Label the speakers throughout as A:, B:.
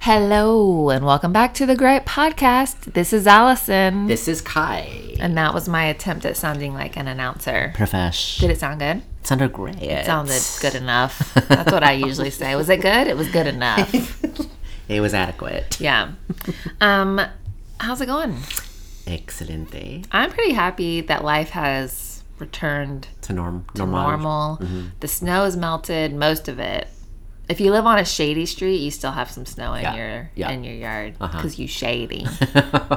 A: Hello, and welcome back to the Gripe Podcast. This is Allison.
B: This is Kai.
A: and that was my attempt at sounding like an announcer.
B: Profesh.
A: Did it sound good?
B: it sounded great? It
A: Sounded good enough. That's what I usually say. Was it good? It was good enough.
B: It was adequate.
A: Yeah. Um, how's it going?
B: Excelente.
A: I'm pretty happy that life has returned
B: To norm.
A: to normal.
B: Mm-hmm.
A: The snow is melted, most of it. If you live on a shady street, you still have some snow in
B: Yeah,
A: your
B: yeah. Uh-huh.
A: in your yard because you shady.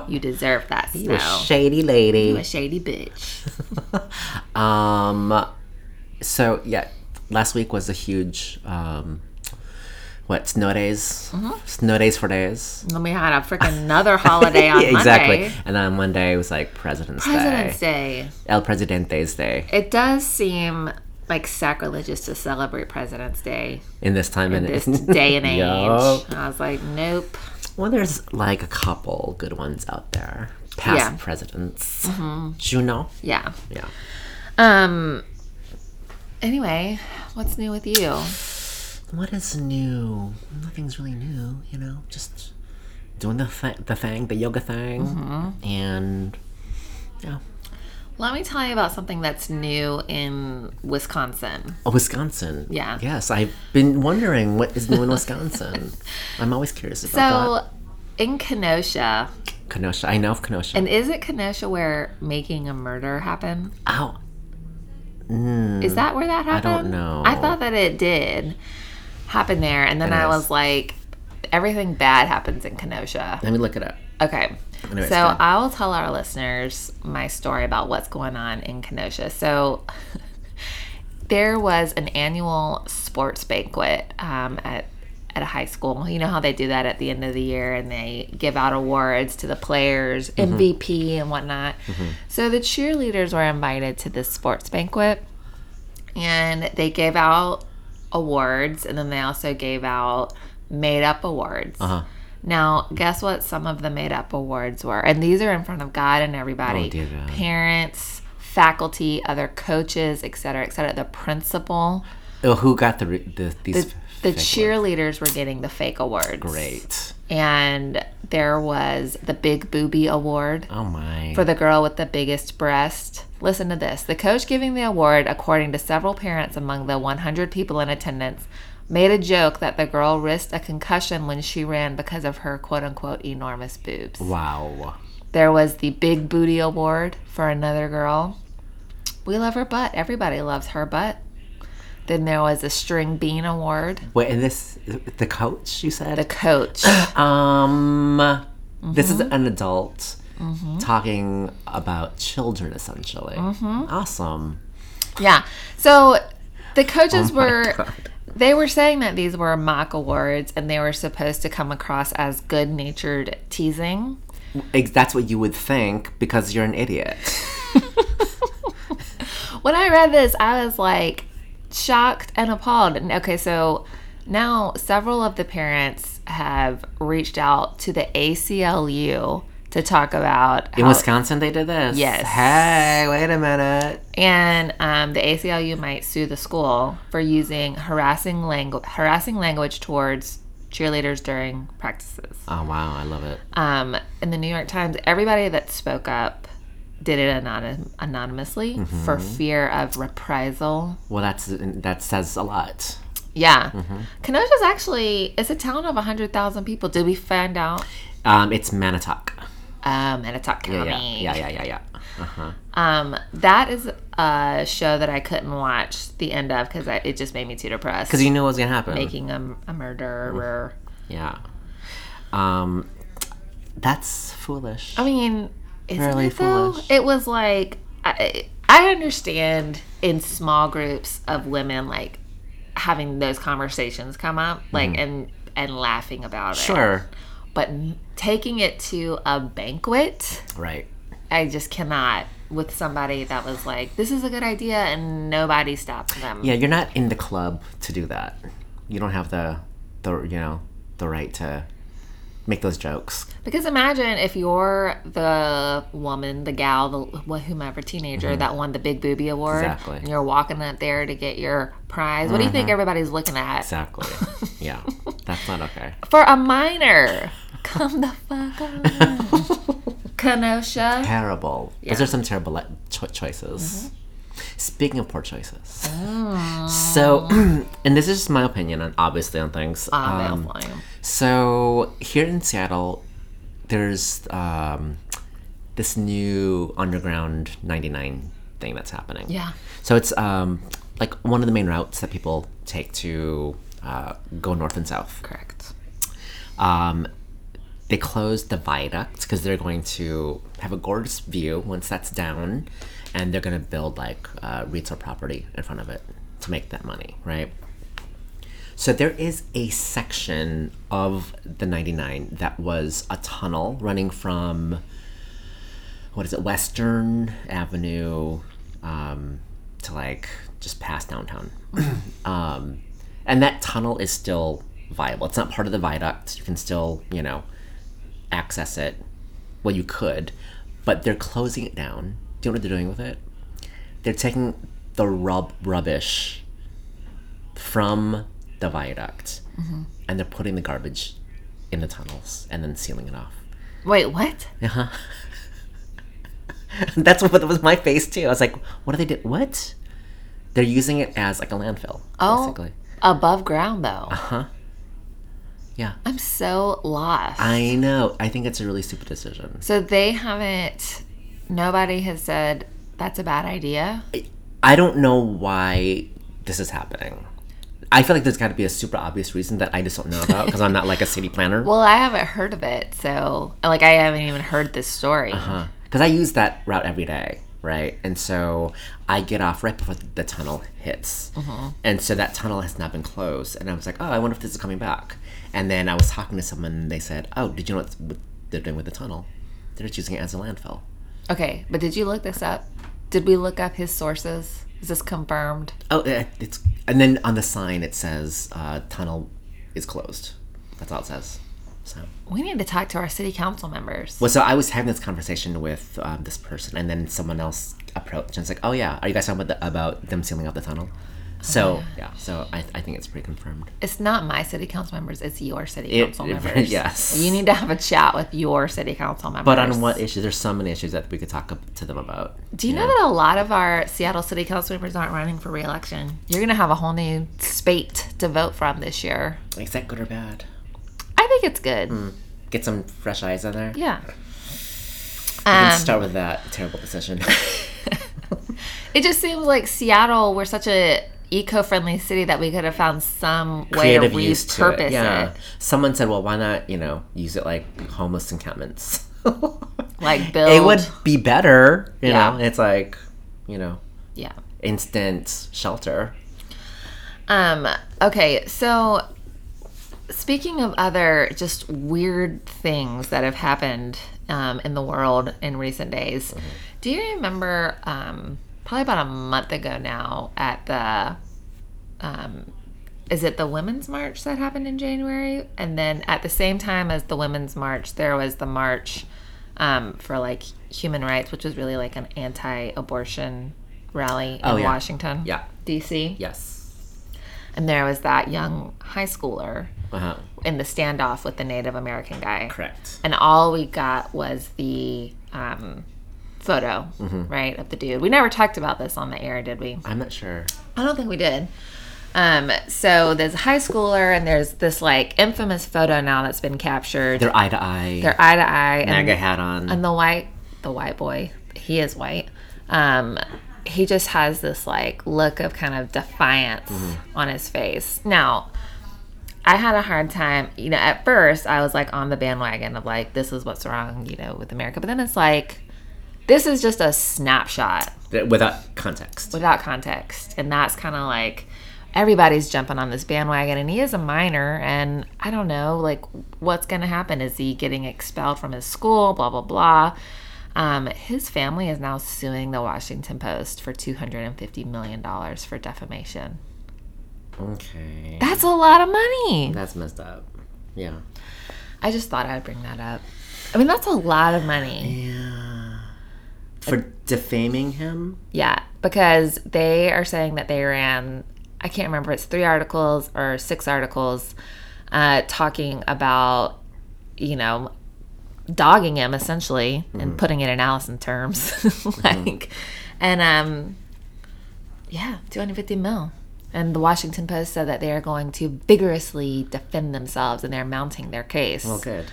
A: you deserve that snow.
B: you a shady lady.
A: a shady bitch.
B: Um, so yeah, last week was a huge um, what snow days,
A: Mm-hmm.
B: snow days for days.
A: And then we had a freaking another holiday on
B: Yeah, exactly.
A: Monday.
B: And then Monday was like President's,
A: President's
B: Day,
A: Day.
B: El Presidente's Day.
A: It does seem like sacrilegious to celebrate President's Day
B: In this time and
A: this day and age.
B: Yup.
A: I was like, nope.
B: Well, there's like a couple good ones out there. Past
A: Yeah. Mm-hmm.
B: presidents, Juno.
A: Yeah.
B: Yeah.
A: Um. Anyway, what's new with you?
B: What is new? Nothing's really new, you know. Just doing the th- the thing, the yoga thing,
A: Mm-hmm.
B: and yeah,
A: Let me tell you about something that's new in Wisconsin.
B: oh, Wisconsin.
A: Yeah.
B: Yes, I've been wondering what is new in Wisconsin. I'm always curious about
A: So, in Kenosha,
B: that. Kenosha. I know of Kenosha.
A: and is it Kenosha where making a murder happened?
B: Ow. Mm.
A: Is that where that happened?
B: don't know.
A: I thought that it did happen there, and then
B: It
A: I
B: is.
A: was like, everything bad happens in Kenosha.
B: Let me look it up.
A: Okay.
B: know it's
A: so
B: good.
A: I'll tell our listeners my story about what's going on in Kenosha. So there was an annual sports banquet um, at at a high school. You know how they do that at the end of the year and they give out awards to the players,
B: Mm-hmm.
A: MVP and whatnot. So the cheerleaders were invited to this sports banquet and they gave out awards and then they also gave out made up awards.
B: Uh huh.
A: Now, guess what some of the made up awards were? And these are in front of God and everybody
B: Oh, dear God.
A: parents, faculty, other coaches, et cetera, et cetera. The principal,
B: Oh, who got the, re- the these?
A: the, the
B: fake
A: cheerleaders were getting the fake awards.
B: ones? Great.
A: And there was the Big Booby Award
B: Oh my.
A: for the girl with the biggest breast. Listen to this. The coach giving the award, according to several parents among the 100 people in attendance, made a joke that the girl risked a concussion when she ran because of her quote unquote enormous boobs.
B: wow.
A: There was the Big Booty Award for another girl. We love her butt. Everybody loves her butt. Then there was the String Bean Award.
B: Wait, and this the coach you said?
A: The coach.
B: Um, this is an adult talking about children, essentially. Awesome.
A: yeah. So the coaches were.
B: God.
A: They were saying that these were mock awards and they were supposed to come across as good natured teasing.
B: Ex- That's what you would think because you're an idiot.
A: When I read this, I was like shocked and appalled. And okay, so now several of the parents have reached out to the ACLU to talk about
B: In
A: how-
B: Wisconsin, they did this.
A: Oh. Yes.
B: Hey, wait a minute.
A: and um, the ACLU might sue the school for using harassing langu- harassing language towards cheerleaders during practices.
B: Oh wow, I love it.
A: um, in the New York Times, everybody that spoke up did it anonym- anonymously for
B: Mm-hmm.
A: fear of reprisal.
B: Well, that's that says a lot.
A: Yeah.
B: Mm-hmm.
A: Kenosha's actually, it's a town of 100,000 people. Did we find out?
B: Um, it's Manitowoc.
A: Um, Manitowoc County.
B: Yeah, yeah, yeah, yeah, yeah. Uh-huh.
A: Um, that is a show that I couldn't watch the end of because it just made me too depressed.
B: Because you Mm-hmm. knew what was gonna happen.
A: Making a, a murderer.
B: Yeah. Um, that's foolish.
A: I mean, isn't
B: Really
A: it though?
B: foolish.
A: It was like I, I understand in small groups of women like having those conversations come up, like and and laughing about it.
B: Mm-hmm. Sure.
A: But n- taking it to a banquet,
B: Right.
A: I just cannot with somebody that was like, "This is a good idea," and nobody stopped them.
B: Yeah, you're not in the club to do that. You don't have the the you know the right to make those jokes.
A: Because imagine if you're the woman, the gal, the wh- whomever teenager that won the big booby award,
B: Exactly.
A: and you're walking up there to get your prize. What do you think everybody's looking at?
B: Exactly. yeah, That's not okay.
A: for a minor. Come the fuck on.
B: Um,
A: Kenosha.
B: Terrible. Those are some terrible like, cho- choices. Speaking of poor choices, so and this is just my opinion on obviously on things.
A: I'm
B: um,
A: Ah, flying.
B: So here in Seattle, there's um, this new underground 99 thing that's happening.
A: Yeah.
B: So it's um, like one of the main routes that people take to uh, go north and south.
A: Correct.
B: Um, they closed the viaduct because they're going to have a gorgeous view once that's down, and they're going to build like uh, retail property in front of it to make that money, right? So there is a section of the 99 that was a tunnel running from what is it, Western Avenue, um, to like just past downtown. um, and that tunnel is still viable. It's not part of the viaduct. You can still, you know, access it. Well, you could, but they're closing it down. Do you know what they're doing with it? They're taking the rub rubbish from the viaduct, and they're putting the garbage in the tunnels and then sealing it off.
A: Wait, what?
B: That's what that was my face too. I was like, what do they do? What? They're using it as like a landfill,
A: Oh,
B: basically.
A: above ground though.
B: Yeah.
A: I'm so lost.
B: I know. I think it's a really stupid decision.
A: so they haven't. Nobody has said that's a bad idea.
B: I- I don't know why this is happening. I feel like there's got to be a super obvious reason that I just don't know about because I'm not like a city planner.
A: Well, I haven't heard of it, so like I haven't even heard this story.
B: Because Uh, I use that route every day, right? And so I get off right before the tunnel hits. And so that tunnel has not been closed. And I was like, oh, I wonder if this is coming back. And then I was talking to someone and they said, oh, did you know what's- what they're doing with the tunnel? They're just using it as a landfill.
A: Okay, but did you look this up? Did we look up his sources? Is this confirmed?
B: Oh, eh, it's. And then on the sign it says, uh, tunnel is closed. That's all it says. So.
A: We need to talk to our city council members.
B: Well, so I was having this conversation with um, this person, and then someone else approached and was like, "Oh yeah, are you guys talking about the, about them sealing up the tunnel?" So Oh, yeah, so I, I think it's pretty confirmed.
A: It's not my city council members, it's your city
B: It-
A: council
B: it-
A: members.
B: yes.
A: You need to have a chat with your city council members.
B: But on what issues? There's so many issues that we could talk up to them about.
A: Do you know that a lot of our Seattle city council members aren't running for reelection? You're going to have a whole new spate to vote from this year.
B: Is that good or bad?
A: I think it's good.
B: Mm. Get some fresh eyes on there.
A: Yeah.
B: Let's
A: Um,
B: start with that terrible decision.
A: it just seems like Seattle, we're such a eco-friendly city that we could have found some way
B: Creative
A: to
B: use to
A: repurpose
B: it.
A: it.
B: Yeah. Someone said, "Well, why not? You know, use it like homeless encampments."
A: Like
B: it
A: build.
B: would be better. You
A: Yeah.
B: know, it's like, you know,
A: Yeah.
B: instant shelter.
A: Um, okay, so speaking of other just weird things that have happened um, in the world in recent days,
B: Mm-hmm.
A: do you remember um, probably about a month ago now at the um, is it the women's march that happened in January? And then at the same time as the women's march, there was the march um, for like human rights, which was really like an anti-abortion rally in
B: Oh, yeah.
A: Washington,
B: Yeah.
A: D.C.
B: Yes.
A: And there was that young high schooler
B: Uh huh.
A: in the standoff with the Native American guy.
B: Correct.
A: And all we got was the um, photo,
B: Mm-hmm.
A: right, of the dude. We never talked about this on the air, did we?
B: I'm not sure.
A: I don't think we did. Um, so there's a high schooler, and there's this like infamous photo now that's been captured. They're,
B: They're eye to eye.
A: eye to eye, and,
B: MAGA hat on.
A: and the white, the white boy, he is white. Um, he just has this like look of kind of defiance on his face. Now, I had a hard time, you know, at first I was like on the bandwagon of like, this is what's wrong, you know, with America. But then it's like, this is just a snapshot
B: Th- Without context.
A: without context. And that's kind of like everybody's jumping on this bandwagon. And he is a minor. And I don't know, like, what's going to happen? Is he getting expelled from his school? Blah, blah, blah. Um, his family is now suing the Washington Post for $250 million for defamation.
B: Okay.
A: That's a lot of money.
B: That's messed up. Yeah.
A: I just thought I'd bring that up. I mean, that's a lot of money.
B: Yeah. For defaming him?
A: Yeah, because they are saying that they ran, I can't remember, it's three articles or six articles uh, talking about, you know, dogging him essentially and putting it in Allison terms. like, and um, yeah, 250 mil. And the Washington Post said that they are going to vigorously defend themselves and they're mounting their case.
B: Well, good.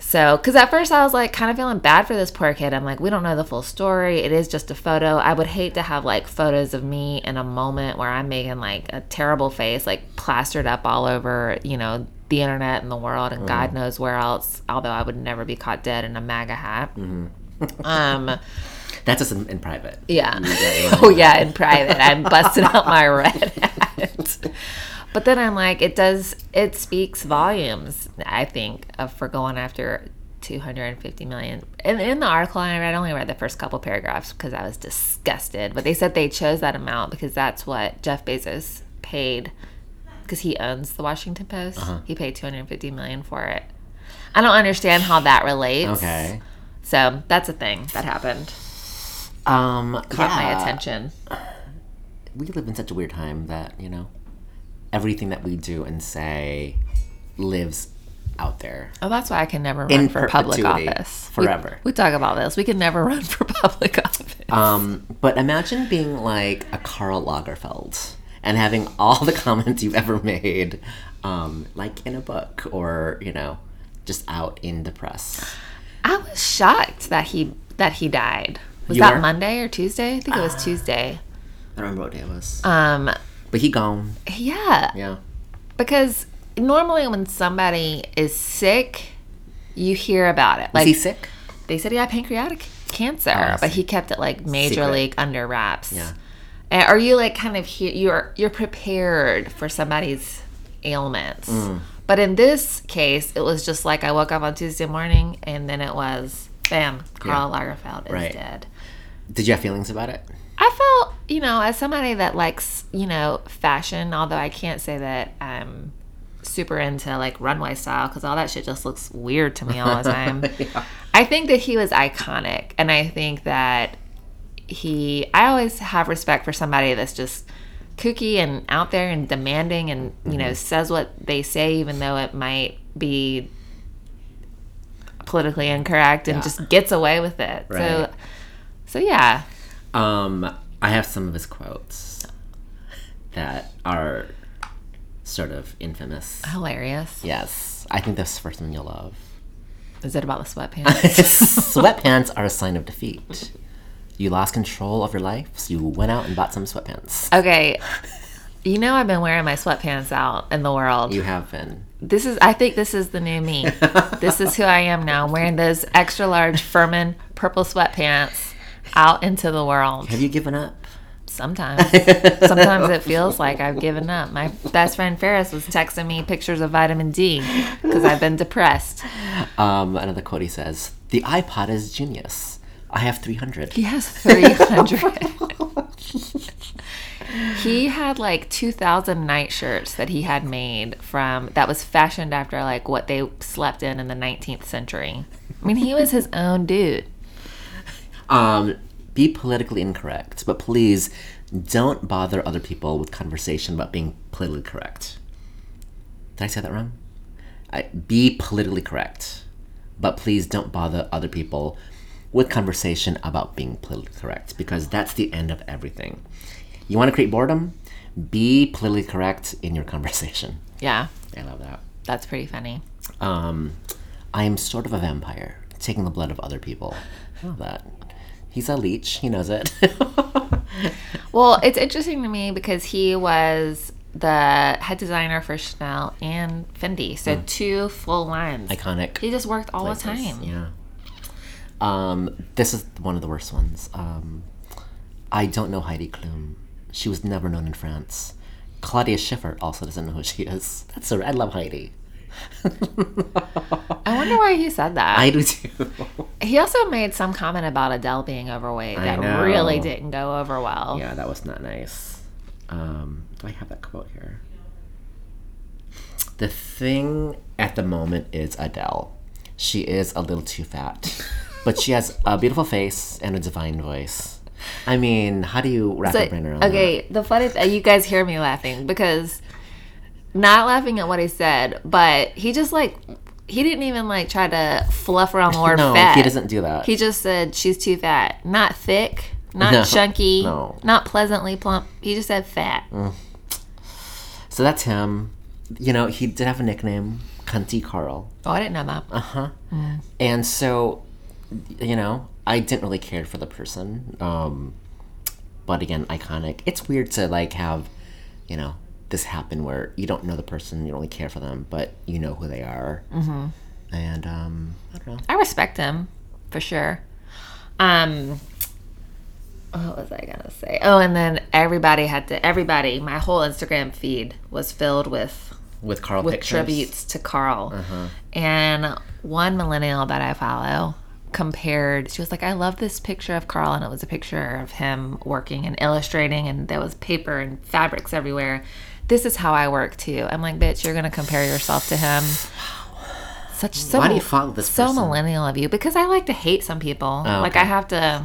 A: So, because at first I was like kind of feeling bad for this poor kid. I'm like, we don't know the full story. It is just a photo. I would hate to have like photos of me in a moment where I'm making like a terrible face, like plastered up all over, you know, the internet and the world and God knows where else. Although I would never be caught dead in a MAGA hat. um,
B: That's just in, in private.
A: yeah. oh yeah, in private. I'm busting out my red hat. But then I'm like, it does it speaks volumes, I think, of for going after 250 million. And in the article I read, I only read the first couple paragraphs because I was disgusted. But they said they chose that amount because that's what Jeff Bezos paid because he owns the Washington Post.
B: Uh-huh.
A: He paid 250 million for it. I don't understand how that relates.
B: Okay.
A: So that's a thing that happened.
B: Um,
A: Caught my
B: yeah.
A: attention.
B: we live in such a weird time that you know everything that we do and say lives out there
A: Oh, that's why I can never run
B: In
A: for public
B: perpetuity,
A: office.
B: forever.
A: We, we talk about this. We can never run for public office.
B: um, but imagine being like a karl lagerfeld and having all the comments you've ever made um, like in a book or you know just out in the press
A: I was shocked that he that he died. Was
B: You
A: that
B: were? Ah.
A: Monday or Tuesday? I think it was Tuesday.
B: i don't remember what day it was
A: Um,
B: Uh, but he gone
A: yeah,
B: yeah
A: because normally when somebody is sick, you hear about it. Like
B: is he sick
A: they said he had pancreatic cancer,
B: I
A: but
B: see.
A: he kept it like major
B: Oh, Secret.
A: league under wraps.
B: Yeah.
A: And are you like kind of here? You're you're prepared for somebody's ailments,
B: Mm.
A: but in this case, it was just like I woke up on Tuesday morning, and then it was bam, Carl Lagerfeld is
B: Right.
A: dead.
B: did you have feelings about it
A: I felt, you know, as somebody that likes, you know, fashion, although I can't say that I'm super into like runway style because all that shit just looks weird to me all the time. I think that he was iconic. And I think that he, I always have respect for somebody that's just kooky and out there and demanding and, you know, says what they say, even though it might be politically incorrect and just gets away with it.
B: Right.
A: So, so yeah.
B: Um, I have some of his quotes that are sort of infamous.
A: Hilarious.
B: Yes, I think this first one you'll love.
A: Is it about the sweatpants?
B: sweatpants are a sign of defeat. You lost control of your life, so you went out and bought some sweatpants.
A: okay. You know I've been wearing my sweatpants out in the world.
B: You have been.
A: This is I think this is the new me. this is who I am now. I'm wearing those extra large Furman purple sweatpants out into the world.
B: Have you given up?
A: Sometimes. Sometimes it feels like I've given up. My best friend Ferris was texting me pictures of vitamin D because I've been depressed.
B: Um, another quote he says, "The iPod is genius. I have 300.
A: He has 300. he had like 2,000 nightshirts that he had made from that was fashioned after like what they slept in in the 19th century. I mean, he was his own dude.
B: Um, be politically incorrect, but please don't bother other people with conversation about being politically correct. Did I say that wrong? I, be politically correct, but please don't bother other people with conversation about being politically correct because that's the end of everything. You want to create boredom? Be politically correct in your conversation.
A: Yeah,
B: I love that.
A: that's pretty funny.
B: Um, I am sort of a vampire, taking the blood of other people. I love that. He's a leech. He knows it.
A: Well, it's interesting to me because he was the head designer for Chanel and Fendi. So two full lines.
B: Iconic.
A: he just worked all the
B: Hmm. places,
A: time.
B: Yeah. Um, this is one of the worst ones. Um, I don't know Heidi Klum. She was never known in France. Claudia Schiffer also doesn't know who she is. That's so. I love Heidi.
A: I wonder why he said that.
B: I do too.
A: He also made some comment about Adele being overweight that
B: know.
A: really didn't go over well.
B: yeah, that was not nice. Um, do I have that quote here? The thing at the moment is Adele. She is a little too fat, but she has a beautiful face and a divine voice. I mean, how do you wrap your
A: But,
B: brain around that?
A: okay, the funny th- you guys hear me laughing because not laughing at what he said, but he just like he didn't even like try to fluff around the word
B: no,
A: fat.
B: he doesn't do that.
A: He just said she's too fat, not thick, not
B: No,
A: chunky,
B: no. Mm.
A: not pleasantly plump. He just said fat.
B: so that's him. You know, he did have a nickname, Cunty Carl.
A: Oh, I didn't know that.
B: And so, you know, I didn't really care for the person. Um, but again, iconic. It's weird to like have, you know, this happen where you don't know the person, you don't really care for them, but you know who they are. Mm-hmm. And um, I don't know.
A: I respect him for sure. Um, what was I gonna say? Oh, and then everybody had to everybody. My whole Instagram feed was filled with
B: With Carl
A: with
B: pictures. Uh-huh.
A: tributes to Carl. And one millennial that I follow compared, she was like, I love this picture of Carl. And it was a picture of him working and illustrating, and there was paper and fabrics everywhere. This is how I work too. I'm like, bitch, you're going to compare yourself to him. Such so
B: Why do you follow this
A: so
B: person?
A: millennial of you because I like to hate some people. Like
B: Oh, okay.
A: I have to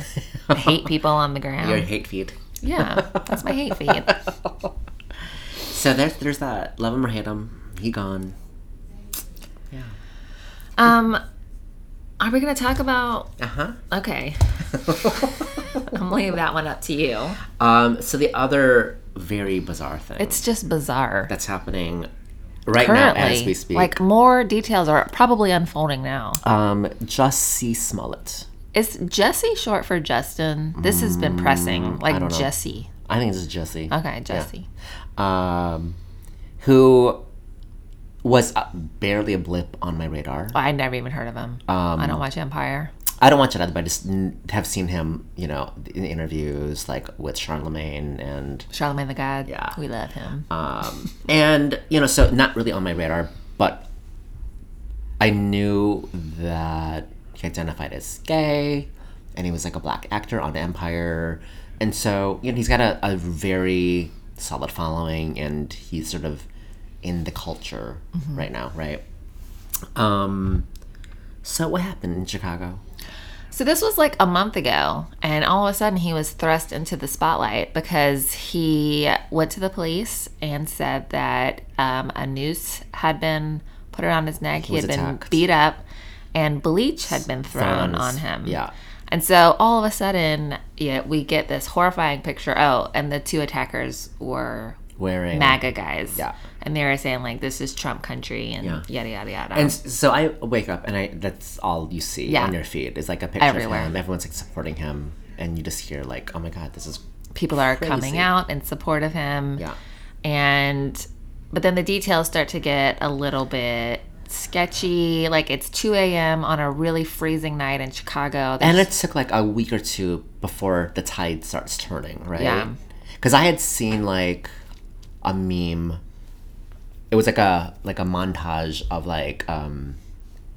A: hate people on the ground.
B: Your hate feed.
A: yeah, that's my hate feed.
B: So there's there's that. Love him or hate him, he gone.
A: Um, are we going to talk about?
B: Uh huh.
A: Okay, I'm leaving that one up to you.
B: Um, so the other very bizarre thing
A: It's just bizarre.
B: that's happening right
A: Currently,
B: now as we speak.
A: like more details are probably unfolding now.
B: um, just see Smollett.
A: Is Jesse short for Justin? This has been pressing, like
B: Mm, don't know.
A: Jesse.
B: I think this is Jesse.
A: Okay, Jesse.
B: Um, who was uh, barely a blip on my radar.
A: Oh, I never even heard of him.
B: Um,
A: I don't watch Empire.
B: I don't watch it either, but I just n- have seen him, you know, in interviews like with Charlemagne and
A: Charlemagne the God.
B: Yeah.
A: we love him.
B: um, and you know, so not really on my radar, but I knew that he identified as gay, and he was like a black actor on Empire, and so you know, he's got a, a very solid following, and he's sort of in the culture
A: Mm-hmm.
B: right now, right? Um, so what happened in Chicago?
A: So this was like a month ago, and all of a sudden he was thrust into the spotlight because he went to the police and said that um, a noose had been put around his neck. He,
B: was
A: had been
B: attacked.
A: beat up, and bleach had been thrown
B: Thrown
A: on
B: is-
A: him.
B: Um, yeah.
A: And so all of a sudden, yeah, we get this horrifying picture. Oh, and the two attackers were
B: Wearing
A: MAGA guys.
B: Yeah.
A: And they were saying like, "This is Trump country," and
B: Yeah.
A: yada yada yada.
B: And s- so I wake up and I that's all you see
A: Yeah.
B: on your feed is like a picture
A: Everywhere.
B: of him. Everyone's like supporting him, and you just hear like, "Oh my god, this is
A: people are coming
B: Crazy.
A: out in support of him.
B: yeah."
A: and but then the details start to get a little bit sketchy like it's 2 a.m on a really freezing night in chicago
B: And it took like a week or two before the tide starts turning, right?
A: Yeah.
B: Because I had seen like a meme. It was like a like a montage of like um,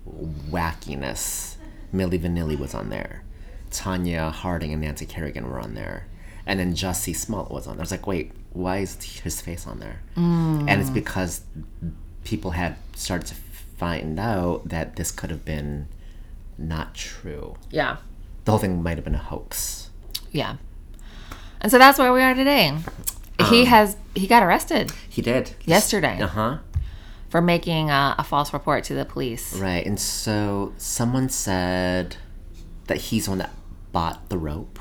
B: wackiness. Millie Vanilli was on there. Tanya Harding and Nancy Kerrigan were on there. And then Jussie Smollett was on there. I was like, wait, why is his face on there? And it's because people had started to find out that this could have been not true
A: yeah
B: the whole thing might have been a hoax.
A: yeah and so that's where we are today
B: Um,
A: he has he got arrested
B: He did.
A: yesterday
B: Uh huh.
A: for making a, a false report to the police
B: Right. And so someone said that he's the one that bought the rope,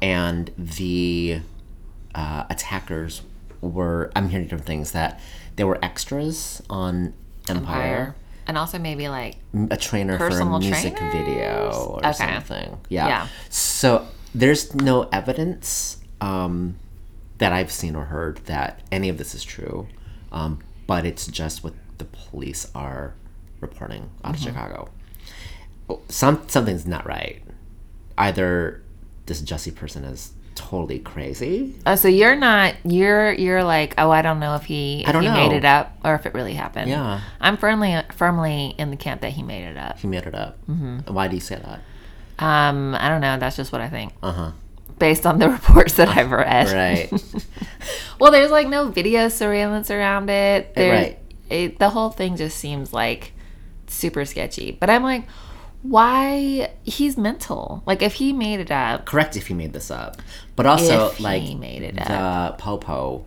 B: and the uh, attackers were. I'm hearing different things that they were extras on Empire,
A: and also maybe like
B: a trainer
A: Personal
B: for a music
A: trainers?
B: video or
A: Okay.
B: something. Yeah.
A: Yeah.
B: So there's no evidence um, that I've seen or heard that any of this is true, um, but it's just what the police are reporting
A: Mm-hmm.
B: out of Chicago. Oh, Some something's not right. Either this Jesse person is totally crazy.
A: oh so you're not you're you're like oh i don't know if he if
B: don't
A: he made
B: know.
A: it up or if it really happened
B: Yeah.
A: i'm firmly firmly in the camp that he made it up
B: He made it up. Mm-hmm. Why do you say that?
A: Um, I don't know. That's just what I think. Based on the reports that I've read.
B: Uh-huh. Right.
A: Well, there's like no video surveillance around it. There,
B: Eh, Right.
A: It, the whole thing just seems like super sketchy. But I'm like, why? He's mental. Like, if he made it up,
B: correct if he made this up, but also
A: If he
B: like
A: made it
B: the popo,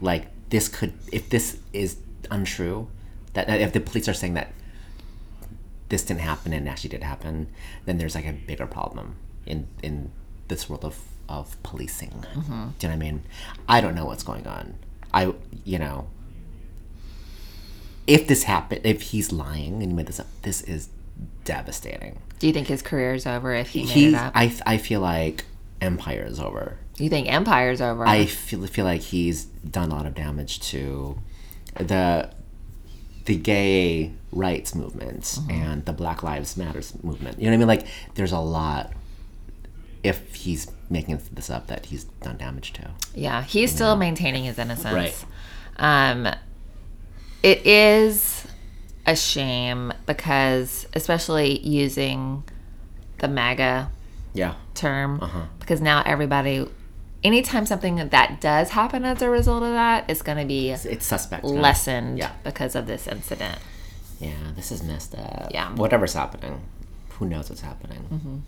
B: like this could if this is untrue that, that if the police are saying that this didn't happen and actually did happen then there's like a bigger problem in in this world of of policing
A: Mm-hmm.
B: do you know what i mean i don't know what's going on i you know if this happened if he's lying and he made this up this is devastating
A: Do you think his career is over if he made
B: he
A: it up?
B: I, I feel like empire is over
A: you think Empire's over?
B: I feel feel like he's done a lot of damage to the the gay rights movement and the Black Lives Matters movement. You know what I mean? Like, there's a lot. If he's making this up, that he's done damage to.
A: Yeah, he's still maintaining his innocence. Um, it is a shame because, especially using the MAGA
B: Yeah.
A: term,
B: Uh-huh.
A: because now everybody, anytime something that does happen as a result of that, is going to be
B: It's suspect. now.
A: lessened
B: Yeah.
A: because of this incident.
B: Yeah. This is messed up.
A: Yeah.
B: Whatever's happening, who knows what's happening?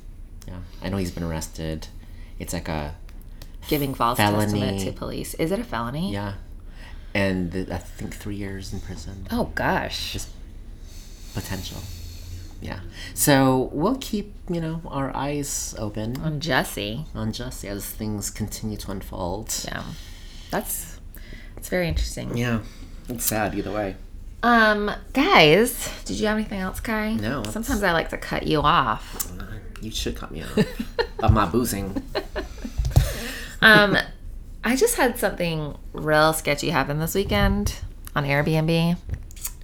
B: Yeah. I know he's been arrested. It's like a
A: Giving false testament
B: Felony.
A: to police. Is it a felony?
B: yeah, and th- I think three years in prison.
A: Oh, gosh.
B: potential. Yeah. So we'll keep, you know, our eyes open
A: On Jesse.
B: on Jesse as things continue to unfold.
A: Yeah. That's, that's very interesting.
B: Yeah. It's sad either way.
A: Um, guys, did you have anything else, Kai?
B: No, it's-
A: Sometimes I like to cut you off.
B: You should cut me off of my boozing.
A: Um, I just had something real sketchy happen this weekend on Airbnb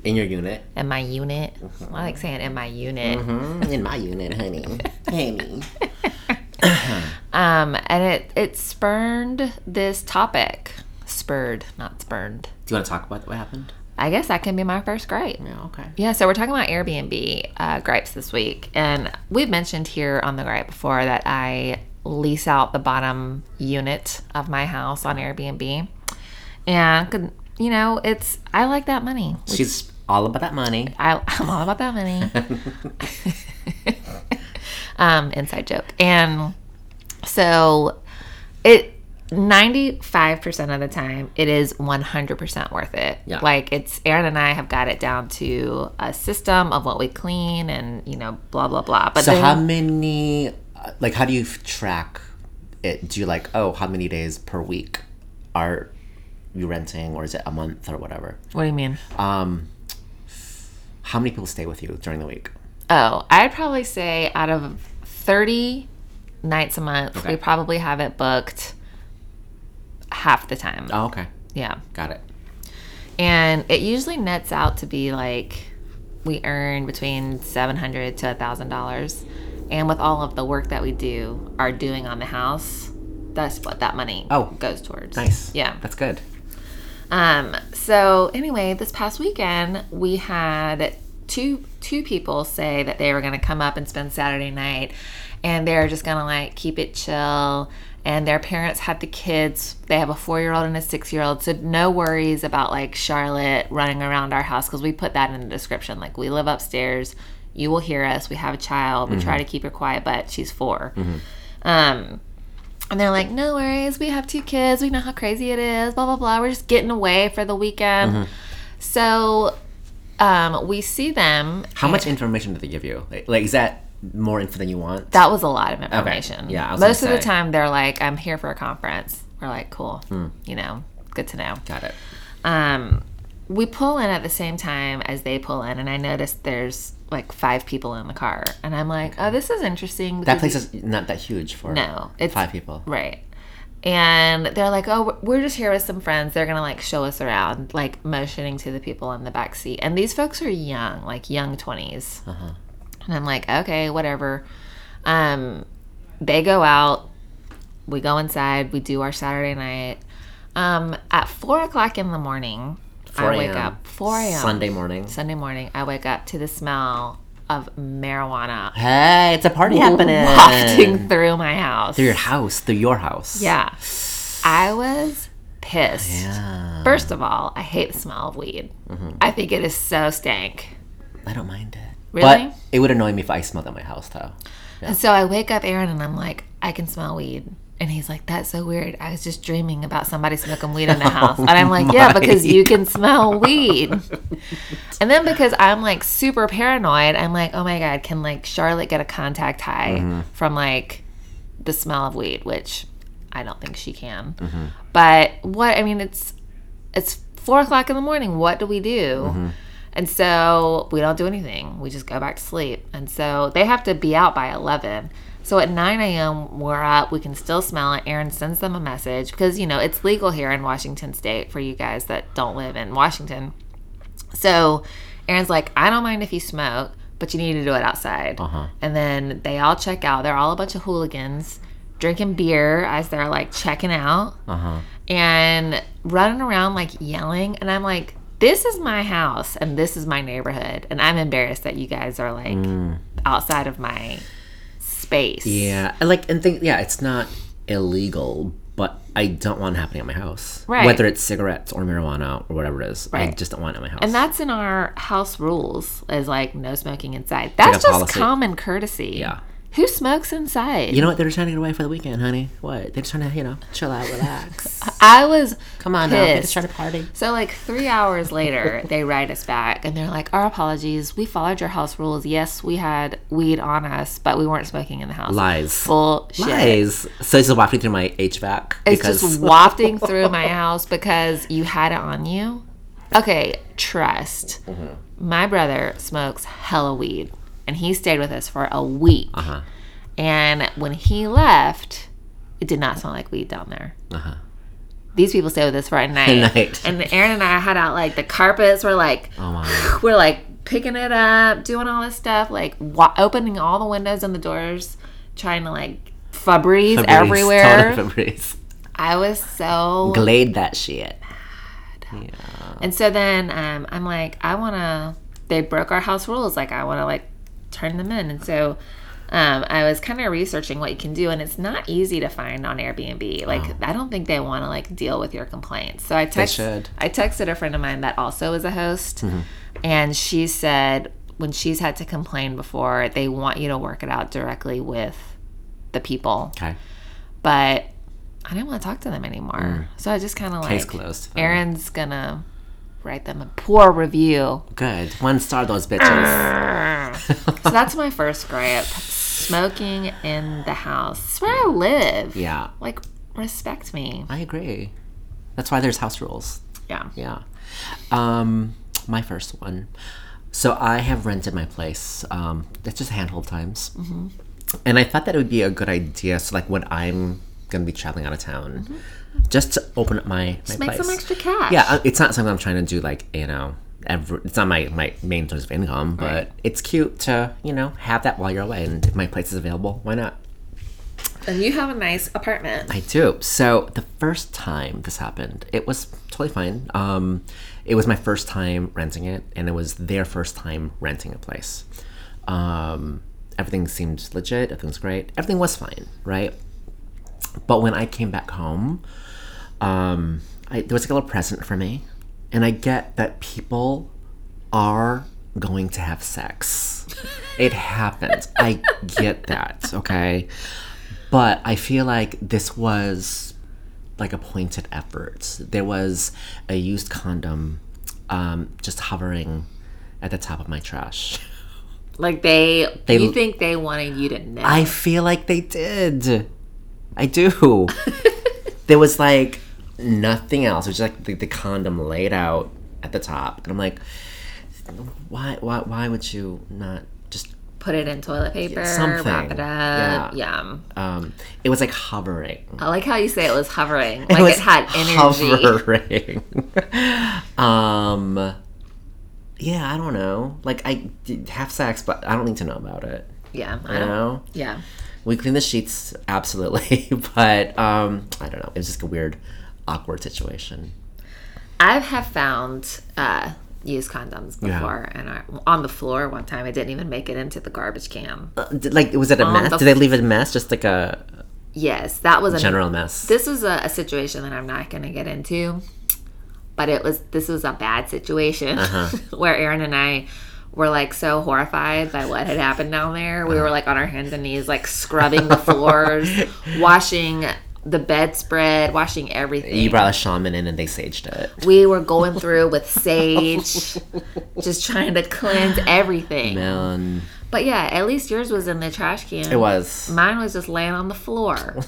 B: In your unit.
A: in my unit. I like saying in my unit.
B: Mm, in my unit, honey. Honey. Mm.
A: Um, and it it spurned this topic. Spurred, not spurned.
B: Do you want to talk about what happened?
A: I guess that can be my first gripe.
B: Yeah, okay.
A: Yeah, so we're talking about Airbnb uh, gripes this week, and we've mentioned here on the gripe before that I lease out the bottom unit of my house on Airbnb, and could- you know, it's I like that money.
B: She's all about that money.
A: I, I'm all about that money. um, inside joke. And so it 95% of the time it is 100% worth it.
B: Yeah.
A: Like it's Aaron and I have got it down to a system of what we clean and you know blah blah blah. But
B: So
A: then,
B: how many, uh, like, how do you f- track it? Do you like, oh, how many days per week are you renting, or is it a month or whatever?
A: what do you mean?
B: Um, how many people stay with you during the week?
A: Oh, I'd probably say out of 30 nights a month, we
B: Okay.
A: probably have it booked half the time.
B: Oh, okay,
A: Yeah.
B: got it.
A: and it usually nets out to be like we earn between 700 to $1000 and with all of the work that we do are doing on the house that's what that money
B: Oh.
A: goes towards
B: Nice.
A: yeah
B: that's good.
A: um, so anyway, this past weekend we had two two people say that they were going to come up and spend Saturday night, and they're just going to like keep it chill. And their parents had the kids. They have a four year old and a six year old, so no worries about like Charlotte running around our house because we put that in the description. Like we live upstairs, you will hear us. We have a child. We try to keep her quiet, but she's 4 Um, and they're like, no worries, we have two kids, we know how crazy it is, blah, blah, blah. We're just getting away for the weekend.
B: Mm-hmm.
A: So um, we see them.
B: How much information did they give you? Like, like, is that more info than you want?
A: That was a lot of information.
B: Yeah, I was
A: Most of
B: gonna
A: the
B: say. Hmm.
A: time, they're like, I'm here for a conference. We're like, cool. You know, good to know.
B: got it.
A: Um, we pull in at the same time as they pull in, and I noticed there's like five people in the car. And I'm like, oh, this is interesting.
B: That place is not that huge for
A: No, it's-
B: five people.
A: Right. And they're like, oh, we're just here with some friends. They're going to like show us around, like motioning to the people in the back seat. And these folks are young, like young 20s.
B: Uh-huh.
A: And I'm like, okay, whatever. Um, they go out. We go inside. We do our Saturday night. Um, at four o'clock in the morning, I wake
B: 4 a.m..
A: up. 4 a.m.
B: Sunday morning.
A: Sunday morning, I wake up to the smell of marijuana
B: Hey, it's a party happening.
A: wafting through my house.
B: Through your house, through your house.
A: Yeah. I was pissed.
B: Yeah. Mm-hmm.
A: First of all, I hate the smell of weed. I think it is so stank.
B: I don't mind it.
A: Really?
B: But it would annoy me if I smelled at my house, though.
A: And so I wake up Aaron and I'm like, I can smell weed. And he's like, "That's so weird. I was just dreaming about somebody smoking weed in the house." and I'm like, "Yeah, because you can smell weed." and then because I'm like super paranoid, I'm like, "Oh my god, can like Charlotte get a contact high from like the smell of weed?" Which I don't think she can. But what I mean, it's it's four o'clock in the morning. What do we do? And so we don't do anything. We just go back to sleep. And so they have to be out by 11. So at 9 a.m., we're up. We can still smell it. Aaron sends them a message because, you know, it's legal here in Washington state for you guys that don't live in Washington. So Aaron's like, I don't mind if you smoke, but you need to do it outside.
B: Uh-huh.
A: And then they all check out. They're all a bunch of hooligans drinking beer as they're like checking out
B: Uh-huh.
A: and running around like yelling and i'm like this is my house and this is my neighborhood and i'm embarrassed that you guys are like outside of my space
B: Mm. Yeah, and like and think yeah, it's not illegal, but I don't want it happening at my house.
A: Right.
B: Whether it's cigarettes or marijuana or whatever it is, I
A: Right.
B: just don't want it at my house.
A: and that's in our house rules is like no smoking inside that's
B: a
A: just
B: policy.
A: common courtesy
B: Yeah.
A: who smokes inside
B: you know what? They're trying to get away for the weekend, honey. What? They're trying to you know chill out, relax.
A: i was
B: Come on, now. They're just trying to party.
A: So, like three hours later, they write us back and they're like, Our apologies. We followed your house rules. Yes, we had weed on us, but we weren't smoking in the house.
B: Lies.
A: Bullshit.
B: Lies. So this is wafting through my HVAC
A: It's
B: because
A: just wafting through my house because you had it on you. Okay, trust.
B: Mm-hmm.
A: My brother smokes hella weed and he stayed with us for a week.
B: Uh-huh.
A: And when he left, it did not smell like weed down there.
B: Uh-huh.
A: These people stayed with us for a night.
B: night.
A: And Aaron and I had out like the carpets were like
B: oh my.
A: we're like picking it up, doing all this stuff, like wa- opening all the windows and the doors, trying to like Febreze,
B: Febreze.
A: everywhere.
B: Totally Febreze.
A: I was so.
B: Glade that shit.
A: and so then um, I'm like, I want to. They broke our house rules. Like, I want to like turn them in. And so. Um, I was kind of researching what you can do, and it's not easy to find on Airbnb. Like, I don't think they want to like deal with your complaints. So I text,
B: should. Mm-hmm.
A: I texted a friend of mine that also is a host, and she said when she's had to complain before, they want you to work it out directly with the people.
B: Okay.
A: But I didn't want to talk to them anymore, so I just kind of like
B: Mm. Case closed.
A: Aaron's gonna write them a poor review.
B: Good. One star those
A: Ah.
B: bitches.
A: So that's my first gripe. Smoking in the house. It's where I live.
B: yeah.
A: Like, respect me.
B: I agree. That's why there's house rules.
A: Yeah.
B: Yeah. Um, my first one. So I have rented my place. Um, that's just a handful of times.
A: Mm-hmm.
B: And I thought that it would be a good idea. So like when I'm gonna be traveling out of town, just to open up my my
A: Mm-hmm. Make
B: place.
A: some extra cash.
B: Yeah, uh, it's not something I'm trying to do like you know. Every, it's not my, my main source of income, but it's cute to you know have that while you're away. And if my place is available, why not?
A: And you have a nice apartment.
B: I do. So the first time this happened, it was totally fine. Um, it was my first time renting it, and it was their first time renting a place. Um, everything seemed legit. Everything's great. Everything was fine, right? But when I came back home, um, I, there was like a little present for me, and I get that people are going to have sex. it happens. I get that. Okay. But I feel like this was like a pointed effort. There was a used condom um, just hovering at the top of my trash.
A: Like, they,
B: They-
A: you think they wanted you to know.
B: I feel like they did. I do. there was like nothing else. It was just like the, the condom laid out at the top. And I'm like, why, why, why would you not just
A: Put it in toilet paper,
B: something.
A: wrap it up.
B: Yeah.
A: Yum.
B: um, it was like hovering.
A: I like how you say it was hovering. Like, it,
B: was
A: had energy.
B: Hovering. um, yeah, I don't know. Like I did have sex, but I don't need to know about it.
A: Yeah. I
B: You
A: don't,
B: know,
A: yeah.
B: we clean the sheets absolutely, but um, I don't know. It was just a weird, awkward situation.
A: I have found uh, used condoms before, and I, on the floor one time, I didn't even make it into the garbage can.
B: Uh, did- like, was it a mess?
A: the-
B: Did they leave it a mess? Just like a
A: Yes, that was a
B: general mess.
A: This was a, a situation that I'm not going to get into, but it was this was a bad situation where Aaron and I were like so horrified by what had happened down there. We were like on our hands and knees, like scrubbing the floors, washing the bedspread, washing everything.
B: You brought a shaman in and they saged it.
A: we were going through with sage, just trying to cleanse everything.
B: And
A: But yeah, at least yours was in the trash can.
B: it was.
A: Mine was just laying on the floor.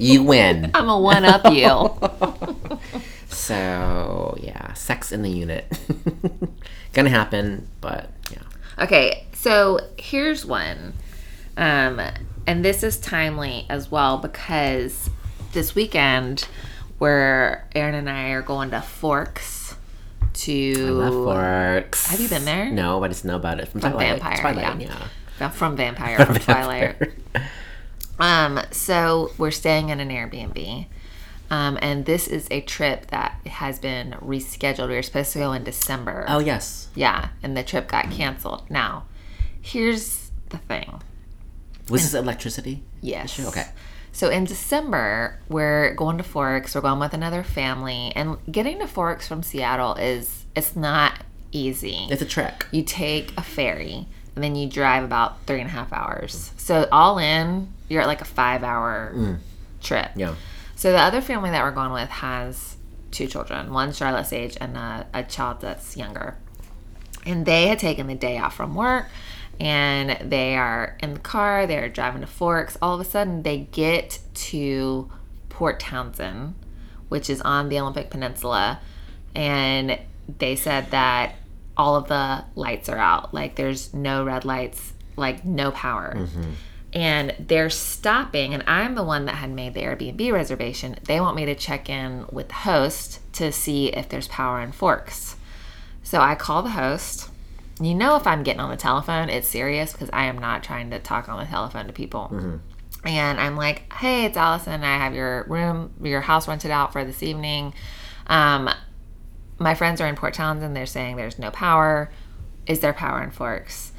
B: you win.
A: I'm a one up you.
B: So, yeah, sex in the unit. Gonna happen, but yeah.
A: Okay, so here's one. Um, and this is timely as well because this weekend where Aaron and I are going to Forks to
B: Left forks.
A: Have you been there?
B: No, but I just know about it from, Twilight.
A: Vampire,
B: Twilight,
A: yeah.
B: yeah.
A: No, from Vampire from Twilight.
B: Vampire.
A: Um, so we're staying in an Airbnb. Um, and this is a trip that has been rescheduled. We were supposed to go in December.
B: Oh, yes.
A: Yeah, and the trip got canceled. Now, here's the thing.
B: Was this electricity?
A: Yes.
B: issue? Okay.
A: So in December, we're going to Forks. We're going with another family, and getting to Forks from Seattle is it's not easy.
B: It's a trick.
A: you take a ferry, and then you drive about three and a half hours. So all in, you're at like a five-hour trip.
B: Mm. Yeah.
A: So the other family that we're going with has two children. One's Charlotte's age and a, a child that's younger. And they had taken the day off from work and they are in the car, they're driving to Forks. All of a sudden they get to Port Townsend, which is on the Olympic Peninsula, and they said that all of the lights are out. Like there's no red lights, like no power and they're stopping and i'm the one that had made the airbnb reservation they want me to check in with the host to see if there's power in forks so i call the host you know if i'm getting on the telephone it's serious because i am not trying to talk on the telephone to people
B: Mm-hmm.
A: and i'm like hey it's allison i have your room your house rented out for this evening um, my friends are in port townsend they're saying there's no power is there power in forks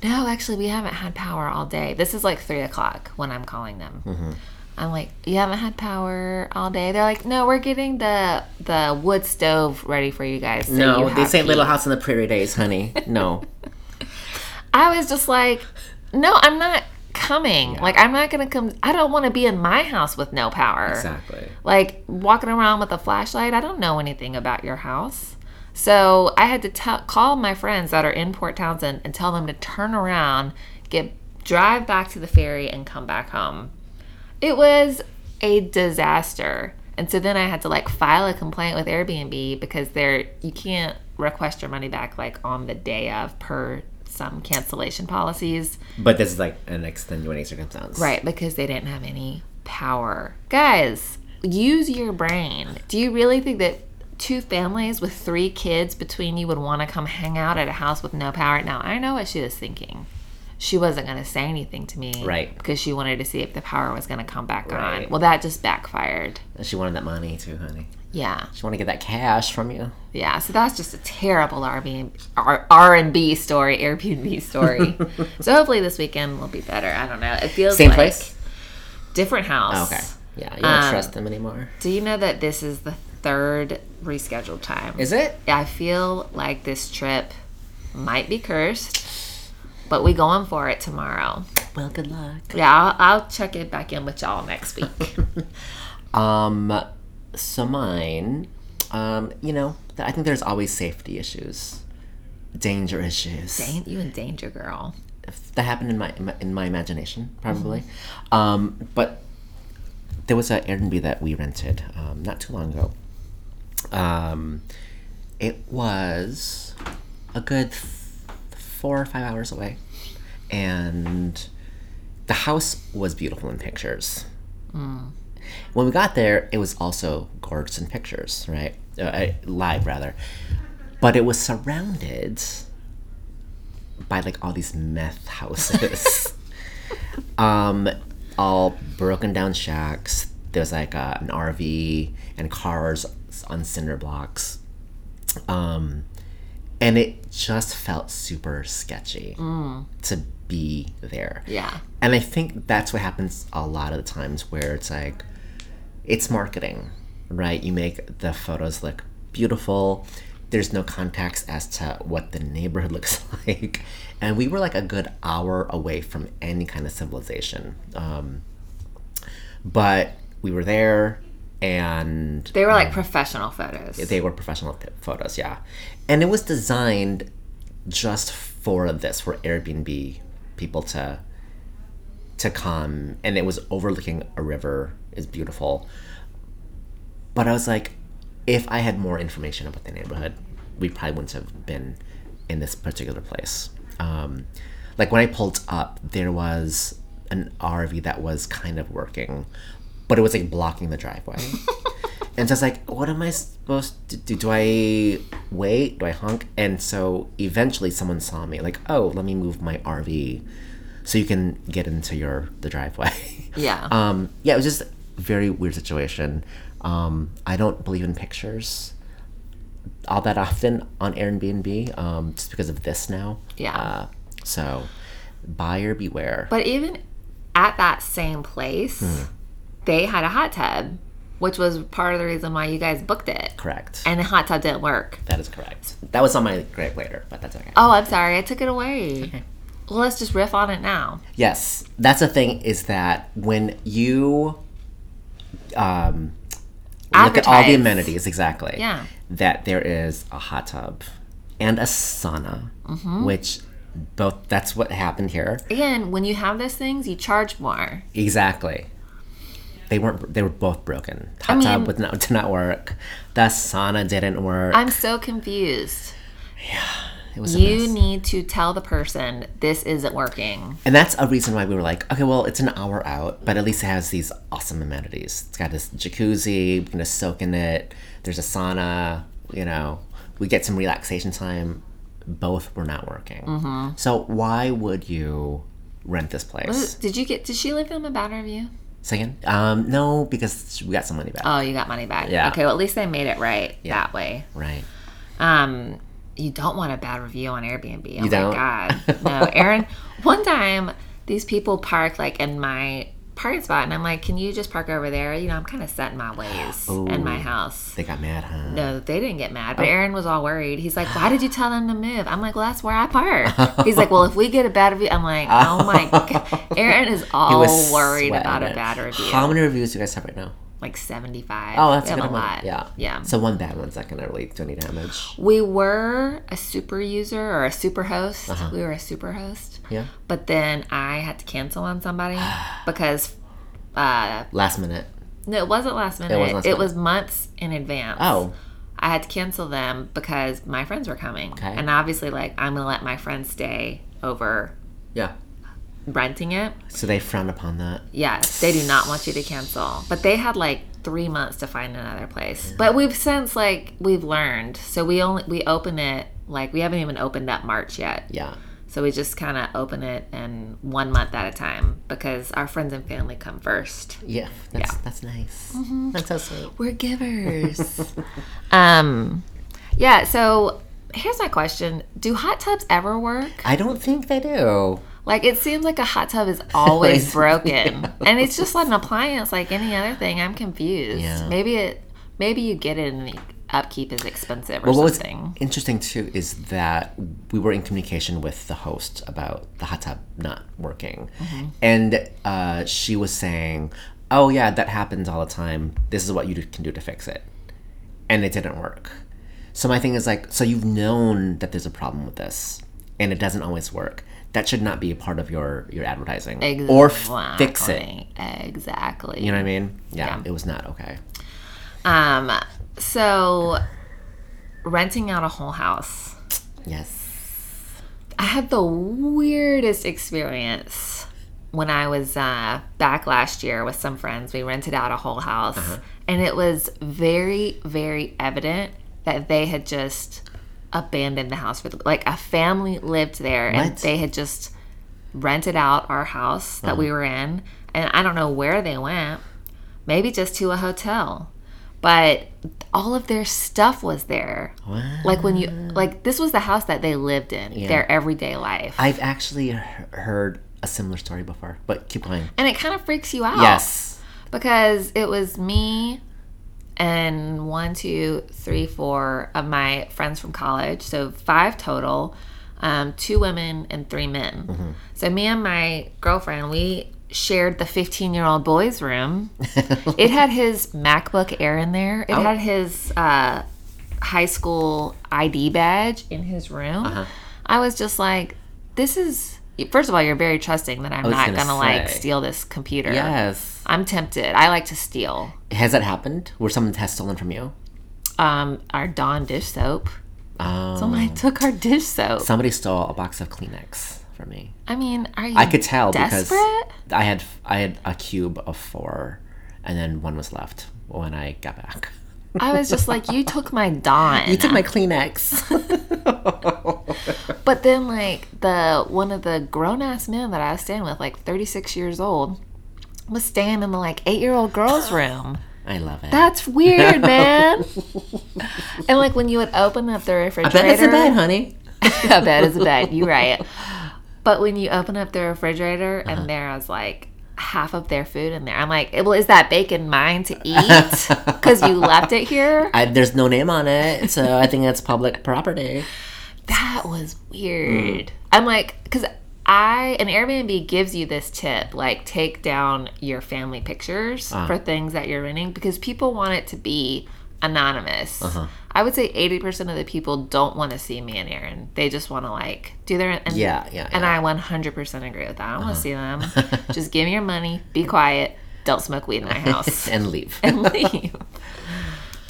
A: no, actually, we haven't had power all day. This is like three o'clock when I'm calling them.
B: Mm-hmm.
A: I'm like, you haven't had power all day. They're like, no, we're getting the the wood stove ready for you guys. So you
B: No, they
A: have
B: say
A: heat."
B: Little House on the Prairie days, honey. No.
A: I was just like, no, I'm not coming. Like, I'm not gonna come. I don't want to be in my house with no power.
B: exactly.
A: Like walking around with a flashlight, I don't know anything about your house. So I had to tell, call my friends that are in Port Townsend and tell them to turn around, get drive back to the ferry, and come back home. It was a disaster, and so then I had to like file a complaint with Airbnb because they're you can't request your money back like on the day of per some cancellation policies.
B: But this is like an extenuating circumstance.
A: Right, because they didn't have any power. Guys, use your brain. Do you really think that two families with three kids between you would want to come hang out at a house with no power? Now, I know what she was thinking. She wasn't going to say anything to me.
B: Right.
A: Because she wanted to see if the power was going to come back on.
B: Right.
A: Well, that just backfired.
B: She wanted that money too, honey.
A: Yeah.
B: She wanted to get that cash from you.
A: Yeah, so that's just a terrible Airbnb, R- R&B story, Airbnb story. so hopefully this weekend will be better. I don't know. It feels
B: Same
A: like
B: place? Oh,
A: different house.
B: Okay. Yeah, you don't
A: Um,
B: trust them anymore.
A: Do you know that this is the third rescheduled time?
B: Is it?
A: I feel like this trip might be cursed, but we going for it tomorrow.
B: Well, good luck.
A: Yeah, I'll, I'll check it back in with y'all next week.
B: Um, so mine, um, you know, th- I think there's always safety issues, danger issues
A: Ain't you in danger, girl?
B: If that happened in my in my imagination probably. Um, but there was an Airbnb that we rented um, not too long ago. Um, it was a good th- four or five hours away, and the house was beautiful in pictures. When we got there, it was also gorgeous in pictures, right? Uh, I- live rather, but it was surrounded by like all these meth houses. um, all broken down shacks. There's like uh an RV and cars on cinder blocks. Um, and it just felt super sketchy to be there.
A: Yeah.
B: And I think that's what happens a lot of the times where it's like, it's marketing, right? You make the photos look beautiful. There's no context as to what the neighborhood looks like. And we were like a good hour away from any kind of civilization. Um, but we were there, and
A: They were like professional photos.
B: Um, they were professional p- photos, yeah. And it was designed just for this, for Airbnb people to to come, and it was overlooking a river. It's beautiful. But I was like, if I had more information about the neighborhood, we probably wouldn't have been in this particular place. Um, like when I pulled up, there was an RV that was kind of working, but it was like blocking the driveway. and so I was like, what am I supposed to do? Do I wait? Do I honk? And so eventually someone saw me, like, oh, let me move my RV so you can get into your the driveway.
A: yeah.
B: um yeah it was just a very weird situation um i don't believe in pictures all that often on airbnb um just because of this now
A: Yeah.
B: uh, so buyer beware
A: But even at that same place,
B: Hmm.
A: they had a hot tub, which was part of the reason why you guys booked it.
B: correct
A: And the hot tub didn't work.
B: that is correct that was on my grave later but that's okay
A: Oh, I'm sorry. I took it away. Well, let's just riff on it now.
B: Yes, that's the thing is that when you um, look at all the
A: Advertise.
B: amenities, exactly,
A: Yeah.
B: that there is a hot tub and a sauna,
A: Mm-hmm.
B: which both that's what happened here.
A: Again, when you have those things, you charge more.
B: Exactly. They weren't. They were both broken. Hot
A: mean-
B: tub would not, did not work. The sauna didn't work.
A: I'm so confused.
B: it was a
A: You
B: mess.
A: need to tell the person this isn't working.
B: And that's a reason why we were like, okay, well, it's an hour out, but at least it has these awesome amenities. It's got this jacuzzi, we're gonna soak in it. There's a sauna, you know, we get some relaxation time. Both were not working.
A: Mm-hmm.
B: So why would you rent this place?
A: Did you get? Did she leave them a bad review?
B: Second, um, no, because we got some money back,
A: Oh, you got money back.
B: Yeah.
A: Okay. Well, at least they made it right that way.
B: right?
A: Um, you don't want a bad review on Airbnb. Oh my
B: don't?
A: god. No, Aaron. One time, these people parked like in my parking spot, and I'm like, "Can you just park over there?" You know, I'm kind of set in my ways in my house.
B: They got mad, huh?
A: No, they didn't get mad, but
B: Oh.
A: Aaron was all worried. He's like, "Why did you tell them to move?" I'm like, "Well, that's where I park." He's like, "Well, if we get a bad review," I'm like, "Oh my!" God. Aaron is
B: He
A: all
B: was
A: worried
B: sweating
A: about a
B: it.
A: bad review,
B: How many reviews do you guys have right now?
A: like 75.
B: Oh, that's
A: We
B: a
A: have
B: good
A: a
B: amount.
A: lot.
B: Yeah,
A: yeah.
B: So one bad one's not gonna really do any damage.
A: We were a super user or a super host.
B: Uh-huh.
A: We were a super host.
B: Yeah.
A: But then I had to cancel on somebody because uh,
B: Last minute.
A: no, it wasn't last minute. It,
B: wasn't
A: was,
B: last minute.
A: months in advance.
B: Oh,
A: I had to cancel them because my friends were coming.
B: Okay.
A: And obviously, like, I'm going to let my friends stay over
B: yeah.
A: renting it.
B: So they frown upon that.
A: Yes, they do not want you to cancel. But they had like three months to find another place. But we've since like we've learned. So we only we open it like we haven't even opened up March yet.
B: Yeah.
A: So we just kind of open it in one month at a time because our friends and family come first.
B: Yeah. Mm-hmm. That's that's nice. That's so sweet.
A: We're givers. um, yeah. So here's my question: Do hot tubs ever work?
B: I don't think they do.
A: Like it seems like a hot tub is always
B: Always.
A: broken, and it's just like an appliance, like any other thing. I'm confused.
B: Yeah.
A: Maybe it, maybe you get it, and the upkeep is expensive or
B: But what was
A: something.
B: interesting too is that we were in communication with the host about the hot tub not working, and uh, she was saying, "Oh yeah, that happens all the time. This is what you do- can do to fix it," and it didn't work. So my thing is like, so you've known that there's a problem with this, and it doesn't always work. That should not be a part of your your advertising or f- fix it.
A: Exactly. Exactly.
B: You know what I mean? Yeah, it was not okay.
A: Um, so renting out a whole house.
B: Yes.
A: I had the weirdest experience when I was uh, back last year with some friends. We rented out a whole house, and it was very, very evident that they had just abandoned the house for the, like a family lived there, and
B: What?
A: they had just rented out our house that we were in, and I don't know where they went. Maybe just to a hotel, but all of their stuff was there.
B: What?
A: Like when you like this was the house that they lived in, their everyday life.
B: I've actually he- heard a similar story before, but keep going.
A: and it kind of freaks you
B: Oh,
A: out.
B: Yes.
A: Because it was me and one, two, three, four of my friends from college. So five
B: Mm-hmm.
A: total, um, two women and three men. So me and my girlfriend, we shared the 15 year old boy's room. it had his MacBook Air in there, it
B: Oh.
A: had his uh, high school ID badge in his room.
B: Uh-huh.
A: I was just like, this is, first of all, you're very trusting that I'm
B: was
A: not
B: gonna
A: going to like
B: say.
A: steal this computer.
B: Yes.
A: I'm tempted. I like to steal.
B: Has that happened? Where someone has stolen from you?
A: um, our Dawn dish soap.
B: Um,
A: Someone took our dish soap.
B: somebody stole a box of Kleenex from me.
A: I mean, are you?
B: I could tell
A: desperate.
B: because I had I had a cube of four, and then one was left when I got back.
A: I was just like, you took my Dawn.
B: You took my Kleenex.
A: but then, like the one of the grown ass men that I was staying with, like 36 years old, was staying in the like eight year old girl's room.
B: I love it.
A: That's weird, man. and like when you would open up the refrigerator,
B: That is a bed, honey.
A: a bed is a bed. You right. But when you open up the refrigerator and there was like half of their food in there, I'm like, well, is that bacon mine to eat? Because you left it here.
B: I, there's no name on it, so I think that's public property.
A: That was weird. I'm like, because I an Airbnb gives you this tip, like take down your family pictures for things that you're renting because people want it to be anonymous. I would say 80% of the people don't want to see me and Aaron. They just want to like do their and
B: Yeah, yeah, Uh-huh.
A: And I 100% agree with that. I don't want to see them. just give me your money, be quiet, don't smoke weed in my house
B: and leave.
A: and leave.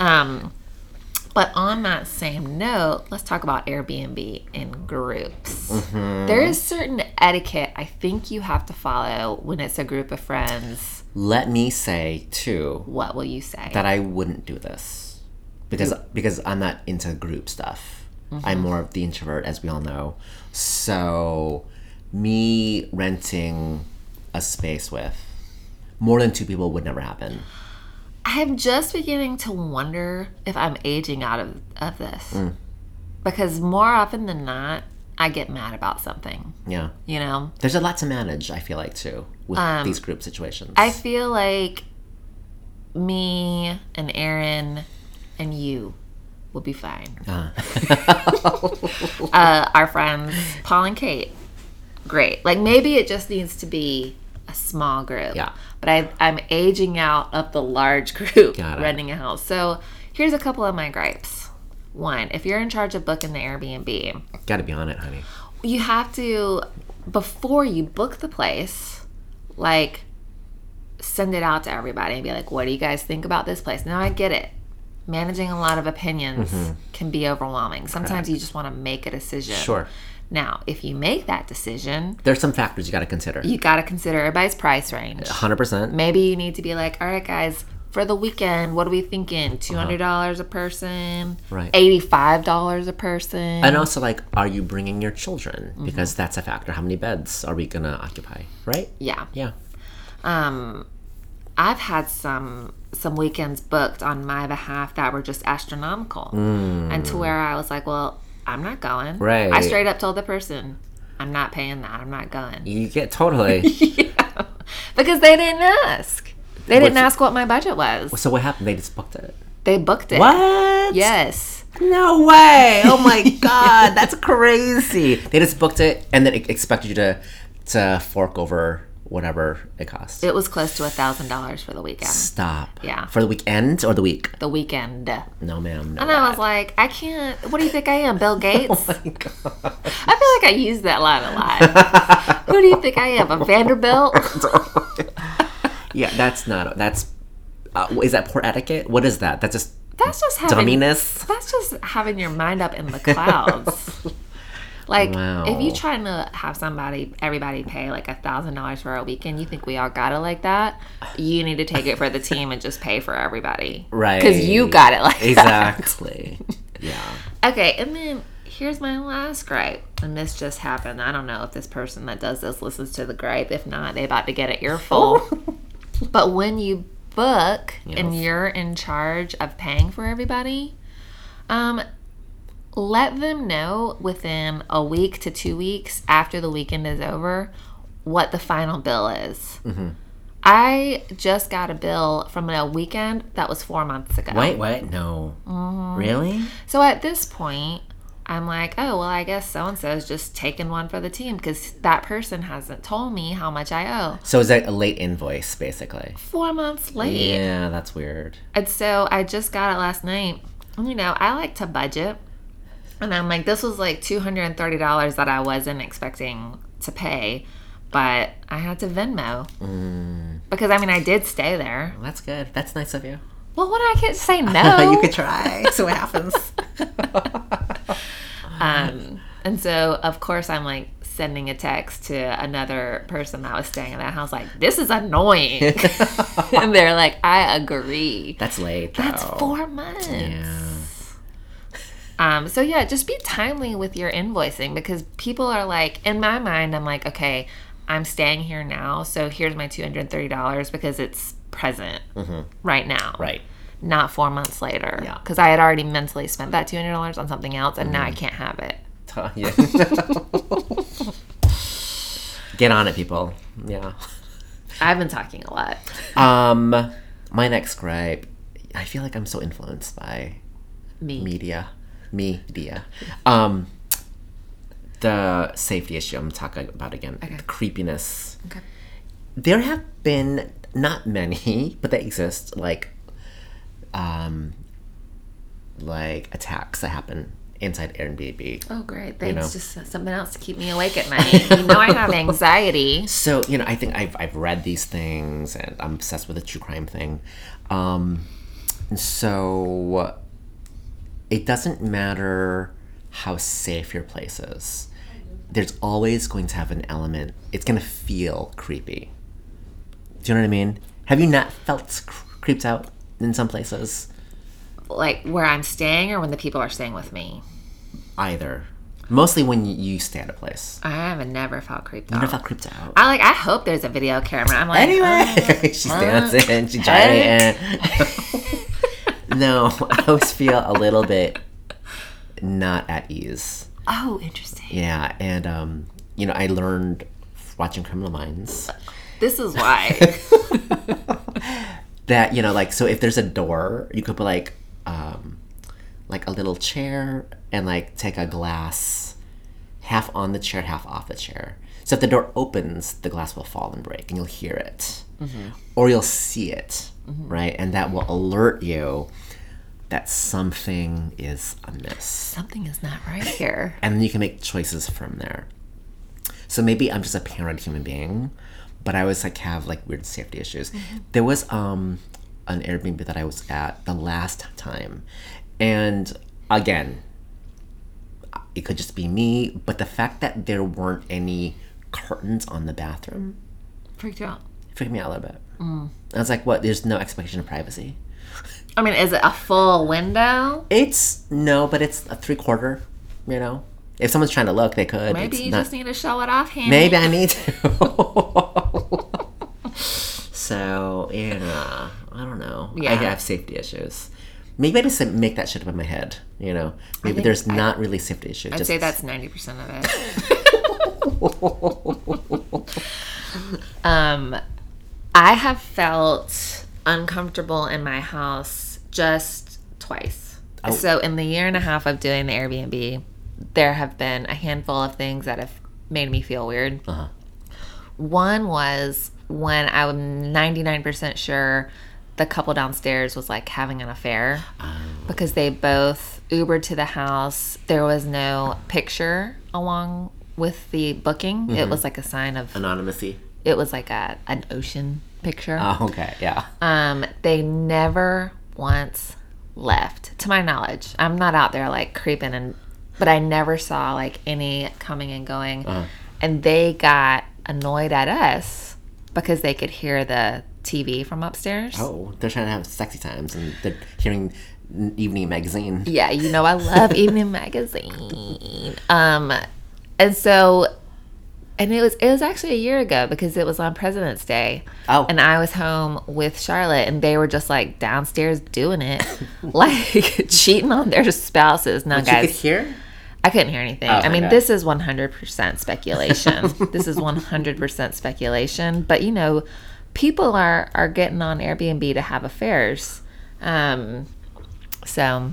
A: um, but on that same note, let's talk about Airbnb in groups.
B: Mm-hmm.
A: There is certain etiquette I think you have to follow when it's a group of friends.
B: Let me say too
A: What will you say?
B: that I wouldn't do this because because I'm not into group stuff. I'm more of the introvert, as we all know. So, me renting a space with more than two people would never happen.
A: I'm just beginning to wonder if I'm aging out of, of this.
B: Mm.
A: Because more often than not, I get mad about something,
B: Yeah,
A: you know?
B: there's a lot to manage. I feel like too with these group situations.
A: I feel like me and Aaron and you will be fine. uh, our friends Paul and Kate, great. Like maybe it just needs to be a small group.
B: Yeah.
A: But I, I'm aging out of the large group
B: Got it.
A: renting a house. So here's a couple of my gripes. One, if you're in charge of booking the Airbnb,
B: Got to be on it, honey.
A: you have to before you book the place like send it out to everybody and be like what do you guys think about this place now i get it managing a lot of opinions
B: Mm-hmm.
A: can be overwhelming sometimes you just want to make a decision
B: Sure.
A: now if you make that decision
B: There's some factors you got to consider.
A: you got to consider everybody's price range
B: Hundred percent.
A: maybe you need to be like all right guys for the weekend what are we thinking $200 dollars a person
B: Uh-huh. Right.
A: $85 a person
B: And also, like, are you bringing your children? Because that's a factor. How many beds are we gonna occupy? Right?
A: yeah
B: Yeah.
A: um i've had some some weekends booked on my behalf that were just astronomical and to where i was like well i'm not going
B: Mm. Right.
A: i straight up told the person i'm not paying that i'm not going
B: You get totally.
A: yeah. because they didn't ask they didn't ask what my budget was
B: so what happened? They just booked it.
A: they booked it
B: What?
A: yes
B: No way! Oh my god, that's crazy. They just booked it and then e- expected you to to fork over whatever it costs.
A: it was close to a thousand dollars for the weekend
B: Stop.
A: Yeah.
B: For the weekend or the week?
A: the weekend and
B: No, ma'am. No.
A: i was like i can't what do you think i am bill gates
B: Oh my god.
A: i feel like i use that line a lot who do you think i am a vanderbilt
B: yeah, that's not. That's uh, is that poor etiquette? What is that? That's just
A: That's just having
B: dumminess.
A: that's just having your mind up in the clouds. like
B: Wow.
A: if you trying to have somebody everybody pay like a thousand dollars for a weekend, you think we all got it like that? You need to take it for the team and just pay for everybody.
B: Right.
A: Because you got it like that.
B: Exactly. yeah.
A: Okay, and then here's my last gripe. And this just happened. I don't know if this person that does this listens to the gripe. If not, they about to get an earful. but when you book and you're in charge of paying for everybody, um, let them know within a week to two weeks after the weekend is over what the final bill is. I just got a bill from a weekend that was four months ago.
B: Wait, what? No. Really?
A: So at this point, I'm like, oh, well, I guess so and so's just taking one for the team because that person hasn't told me how much I owe.
B: So is that a late invoice, basically?
A: Four months late.
B: Yeah, that's weird.
A: And so I just got it last night. You know, I like to budget. And I'm like, this was like $230 that I wasn't expecting to pay, but I had to Venmo.
B: Mm.
A: Because I mean, I did stay there.
B: Well, that's good. That's nice of you.
A: Well, what I could say no.
B: you could try. See what happens.
A: Um, and so, of course, I'm like sending a text to another person that was staying in that house, like, this is annoying. and they're like, I agree.
B: that's late.
A: That's
B: though.
A: four months.
B: Oh. Yeah.
A: Um, so, yeah, just be timely with your invoicing because people are like, in my mind, I'm like, okay, I'm staying here now. So here's my $230 because it's present right now
B: Mm-hmm. Right.
A: not four months later.
B: Yeah. Mm.
A: Because I had already mentally spent that two hundred dollars on something else, and now I can't have it.
B: Huh, yeah. Get on it, people. Yeah.
A: I've been talking a lot.
B: Um, my next gripe. I feel like I'm so influenced by
A: Me.
B: media, media. Um, the safety issue I'm talking about again. The creepiness.
A: Okay.
B: There have been not many, but they exist. Like, um, like attacks that happen inside Airbnb.
A: Oh, great! Thanks.
B: know.
A: Just something else to keep me awake at night. You know, I have anxiety.
B: So you know, I think I've I've read these things, and I'm obsessed with the true crime thing. Um, and so it doesn't matter how safe your place is. There's always going to have an element. It's going to feel creepy. Do you know what I mean? Have you not felt cr- creeped out in some places?
A: Like where I'm staying, or when the people are staying with me.
B: Either. Mostly when y- you stay at a place.
A: I have never felt creeped
B: I
A: out.
B: felt creeped out.
A: I like. I hope there's a video camera. I'm like,
B: Anyway, she's dancing, she's giant. no, I always feel a little bit not at ease.
A: oh, interesting.
B: Yeah, and um, you know, I learned watching Criminal Minds
A: This is why.
B: that you know, like, so if there's a door, you could put like, um, like a little chair and like take a glass half on the chair, half off the chair. So if the door opens, the glass will fall and break, and you'll hear it, or you'll see it, right? And that will alert you that something is amiss,
A: Something is not right here.
B: and then you can make choices from there. So maybe I'm just a paranoid human being, but I always like have like weird safety issues.
A: Mm-hmm.
B: There was um an Airbnb that I was at the last time, and again, it could just be me, but the fact that there weren't any curtains on the bathroom
A: Freaked you out.
B: freaked me out a little bit.
A: Mm.
B: I was like, what? There's no expectation of privacy.
A: I mean, is it a full window?
B: It's no, but it's a three quarter, you know? If someone's trying to look, they could.
A: Maybe
B: It's
A: you
B: not-
A: just need to show it off, hand.
B: Maybe I need to. so yeah, I don't know. I
A: Yeah.
B: have safety issues. Maybe I just make that shit up in my head. You know, maybe
A: think
B: there's not really safety issues.
A: I'd say that's ninety percent of it. um, I have felt uncomfortable in my house just twice. So in the year and a half of doing the Airbnb, there have been a handful of things that have made me feel weird.
B: Uh-huh.
A: One was when I'm 99% sure the couple downstairs was like having an affair because they both Ubered to the house. There was no picture along with the booking. It was like a sign of
B: anonymousy.
A: it was like a an ocean picture.
B: Oh, okay, yeah.
A: Um they never once left to my knowledge. I'm not out there like creeping and but I never saw like any coming and going. And they got annoyed at us because they could hear the TV from upstairs.
B: Oh, they're trying to have sexy times, and they're hearing n- evening magazine.
A: Yeah, you know I love Evening Magazine. Um, and so, and it was it was actually a year ago because it was on President's Day.
B: Oh.
A: and I was home with Charlotte, and they were just like downstairs doing it, like cheating on their spouses. Now,
B: You Oh, could
A: guys,
B: hear.
A: I couldn't hear anything. I
B: my
A: mean,
B: God.
A: this is one hundred percent speculation. this is one hundred percent speculation. But you know, people are are getting on
B: Uh-huh.
A: Airbnb to have affairs. Um, so.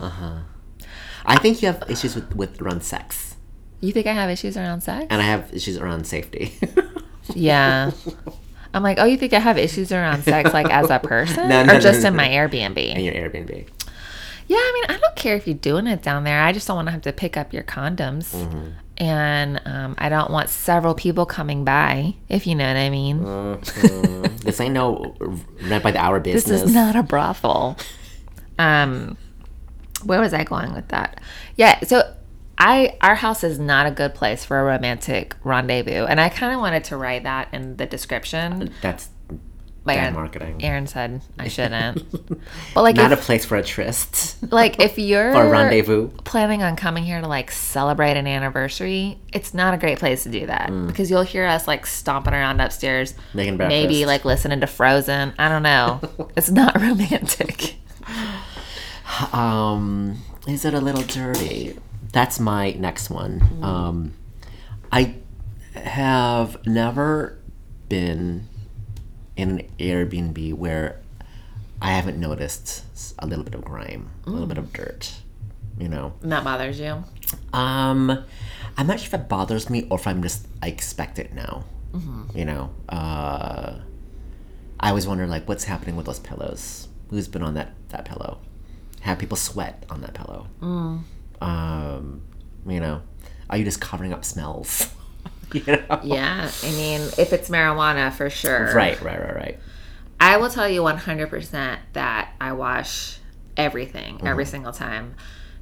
B: I think you have issues with, with around sex,
A: You think I have issues around sex?
B: and I have issues around safety.
A: Yeah. I'm like, oh, you think I have issues around sex, like as a person,
B: No, no,
A: or
B: no,
A: just
B: no,
A: in
B: no.
A: my Airbnb?
B: and your Airbnb.
A: Yeah, I mean, I don't care if you're doing it down there. I just don't want to have to pick up your condoms,
B: Mm-hmm.
A: and um, I don't want several people coming by. If you know what I mean.
B: Mhm. this ain't no rent by the hour
A: This
B: business.
A: is not a brothel. Um, where was I going with that? Yeah, so I our house is not a good place for a romantic rendezvous, and I kind of wanted to write that in the description.
B: That's
A: Like
B: bad
A: Aaron-
B: marketing.
A: Aaron said I shouldn't, but like
B: Not a
A: if,
B: place for a tryst
A: like if you're
B: or a rendezvous.
A: planning on coming here to like celebrate an anniversary, it's not a great place to do that because you'll hear us like stomping around upstairs,
B: Mm. Making
A: maybe
B: breakfast.
A: like listening to Frozen. I don't know. it's not romantic.
B: Um, is it a little dirty? That's my next one.
A: Mm-hmm.
B: Um, I have never been in an Airbnb where I haven't noticed s- a little bit of grime, a
A: Mm.
B: little bit of dirt. You know,
A: And that bothers you?
B: um, I'm not sure if it bothers me or if I'm just I expect it now. You know, uh, I always wonder like what's happening with those pillows. Who's been on that that pillow? Have people sweat on that pillow? Um, you know, are you just covering up smells? you know,
A: Yeah, I mean, if it's marijuana, for sure.
B: right, right, right, right.
A: I will tell you 100% that I wash everything
B: Mm-hmm.
A: every single time.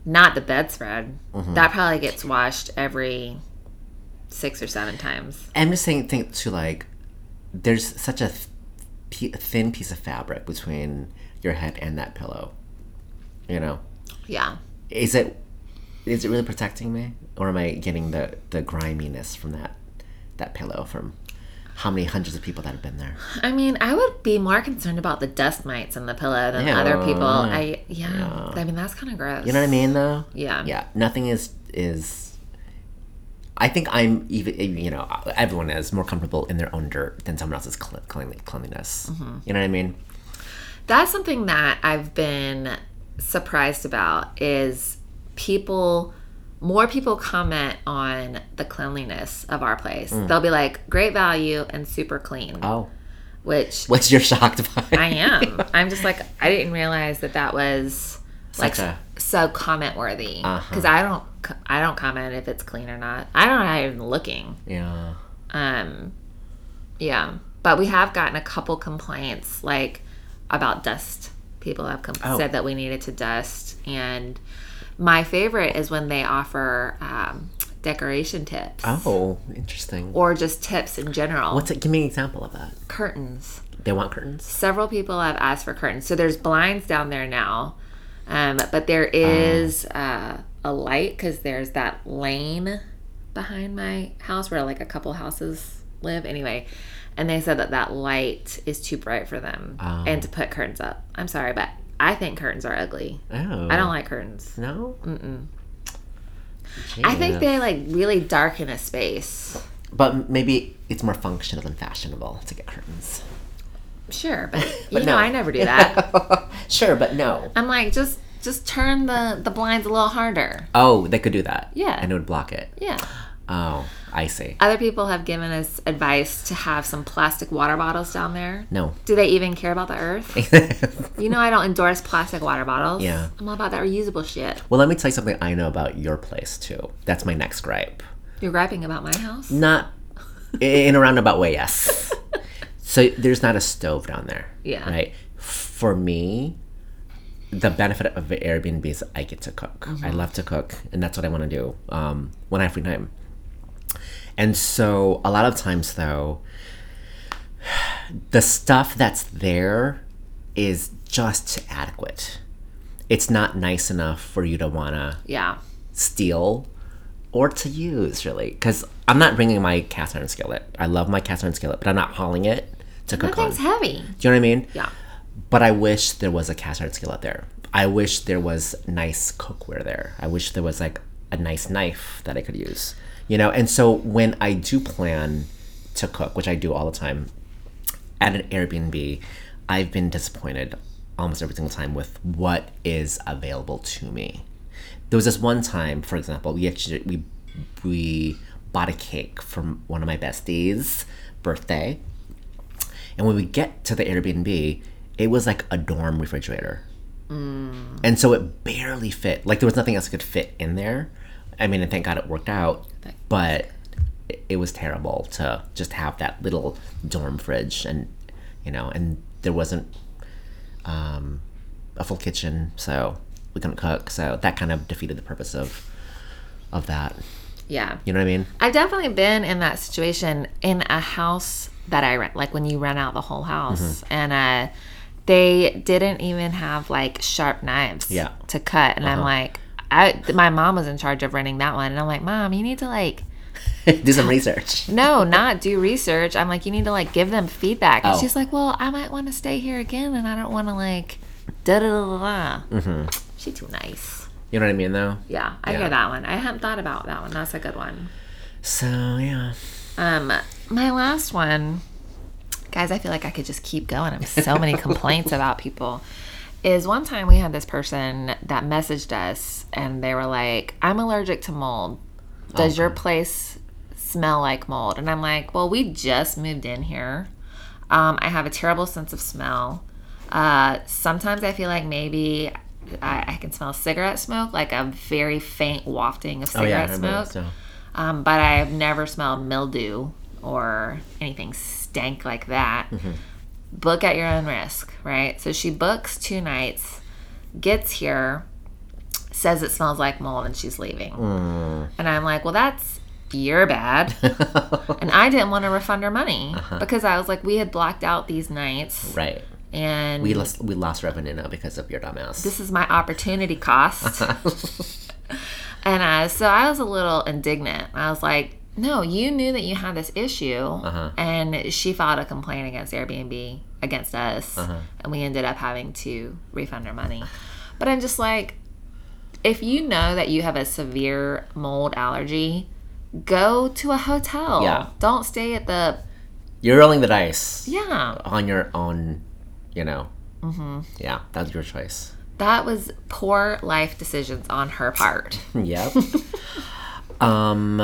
A: Not the bedspread. That probably gets washed every six or seven times.
B: I'm just saying, think to like, there's such a th- p- thin piece of fabric between your head and that pillow. You know.
A: Yeah.
B: is it is it really protecting me or am i getting the the griminess from that that pillow from how many hundreds of people that have been there
A: I mean, I would be more concerned about the dust mites in the pillow than
B: Yeah.
A: other people. I yeah. I mean, that's kind of gross.
B: you know what i mean though
A: Yeah.
B: yeah nothing is is i think i'm even you know everyone is more comfortable in their own dirt than someone else's cl- cleanly- cleanliness
A: Mm-hmm.
B: you know what i mean
A: That's something that I've been surprised about is people more people comment on the cleanliness of our place.
B: Mm.
A: They'll be like great value and super clean,
B: oh
A: which
B: what's your shocked by
A: I am. I'm just like I didn't realize that that was like
B: Such a-
A: so comment worthy
B: Uh-huh.
A: cuz I don't c- I don't comment if it's clean or not. I don't know how I'm looking.
B: yeah
A: Um, yeah, but we have gotten a couple complaints like about dust. People have com-
B: Oh.
A: said that we needed to dust, and my favorite is when they offer um, decoration tips
B: oh interesting
A: or just tips in general.
B: what's it give me an example of that
A: curtains?
B: they want curtains
A: Several people have asked for curtains. So there's blinds down there now, um, but
B: Oh.
A: there is uh, a light because there's that lane behind my house where like a couple houses live anyway. And they said that that light is too bright for them
B: Oh.
A: and to put curtains up. I'm sorry, but I think curtains are ugly.
B: oh
A: I don't like curtains.
B: no Mm-mm.
A: I think they like really darken a space.
B: But maybe it's more functional than fashionable to get curtains.
A: Sure, but,
B: But
A: you know
B: no.
A: I never do that.
B: sure, but no.
A: I'm like just just turn the the blinds a little harder.
B: Oh, they could do that.
A: Yeah.
B: And it would block it.
A: Yeah.
B: Oh, I see.
A: Other people have given us advice to have some plastic water bottles down there.
B: No.
A: Do they even care about the earth? You know, I don't endorse plastic water bottles.
B: Yeah.
A: I'm all about that reusable shit.
B: well, let me tell you something I know about your place, too. That's my next gripe.
A: You're griping about my house?
B: Not in a roundabout way, yes. so there's not a stove down there.
A: Yeah.
B: Right? For me, the benefit of Airbnb is I get to cook. I love to cook, and that's what I want to do um, when I have free time. And so a lot of times though, the stuff that's there is just adequate. It's not nice enough for you to wanna
A: Yeah.
B: steal or to use really, because I'm not bringing my cast iron skillet. I love my cast iron skillet, but I'm not hauling it to cook
A: That
B: on.
A: thing's heavy.
B: Do you know what I mean?
A: Yeah.
B: But I wish there was a cast iron skillet there. I wish there was nice cookware there. I wish there was like a nice knife that I could use. You know, and so when I do plan to cook, which I do all the time at an Airbnb, I've been disappointed almost every single time with what is available to me. There was this one time, for example, we actually we we bought a cake from one of my besties' birthday, and when we get to the Airbnb, it was like a dorm refrigerator. And so it barely fit. Like there was nothing else that could fit in there. I mean, and thank God it worked out. But it- it was terrible to just have that little dorm fridge, and you know, and there wasn't um, a full kitchen, so we couldn't cook. So that kind of defeated the purpose of of that.
A: Yeah.
B: You know what I mean?
A: I've definitely been in that situation in a house that I rent, like when you rent out the whole house,
B: Mm-hmm.
A: and uh, they didn't even have like sharp knives
B: Yeah. Uh-huh.
A: to cut, and I'm like, I th- my mom was in charge of renting that one, and I'm like, mom, you need to like
B: Do some research.
A: no, not do research. I'm like, you need to like give them feedback, and
B: Oh.
A: she's like, well, I might want to stay here again, and I don't want to like da da da da. da. She too nice.
B: You know what I mean, though.
A: Yeah, I hear that one. I hadn't thought about that one. That's a good one.
B: So yeah,
A: Um, my last one, guys, I feel like I could just keep going. I have so many complaints about people. Is one time we had this person that messaged us and they were like, I'm allergic to mold. Does your place smell like mold? And I'm like, Well, we just moved in here. Um, I have a terrible sense of smell. Uh, sometimes I feel like maybe I, I can smell cigarette smoke, like a very faint wafting of
B: oh yeah, I
A: cigarette smoke.
B: remember that, so.
A: Um, but I've never smelled mildew or anything stank like that.
B: Mm-hmm.
A: Book at your own risk, right? So she books two nights, gets here, says it smells like mold, and she's leaving.
B: Mm.
A: And I'm like, well, that's your bad. and I didn't want to refund her money because I was like, we had blocked out these nights,
B: Uh-huh. right.
A: and
B: We lost we lost revenue now because of your dumbass.
A: this is my opportunity cost. And uh, so I was a little indignant. I was like, no, you knew that you had this issue. And she filed a complaint against Airbnb, against us. And we ended up having to refund her money. But I'm just like, if you know that you have a severe mold allergy, go to a hotel.
B: Yeah.
A: Don't stay at the.
B: You're rolling the dice.
A: Yeah.
B: on your own, you know. Mm-hmm. Yeah, that's your choice.
A: That was poor life decisions on her part.
B: Yep. um,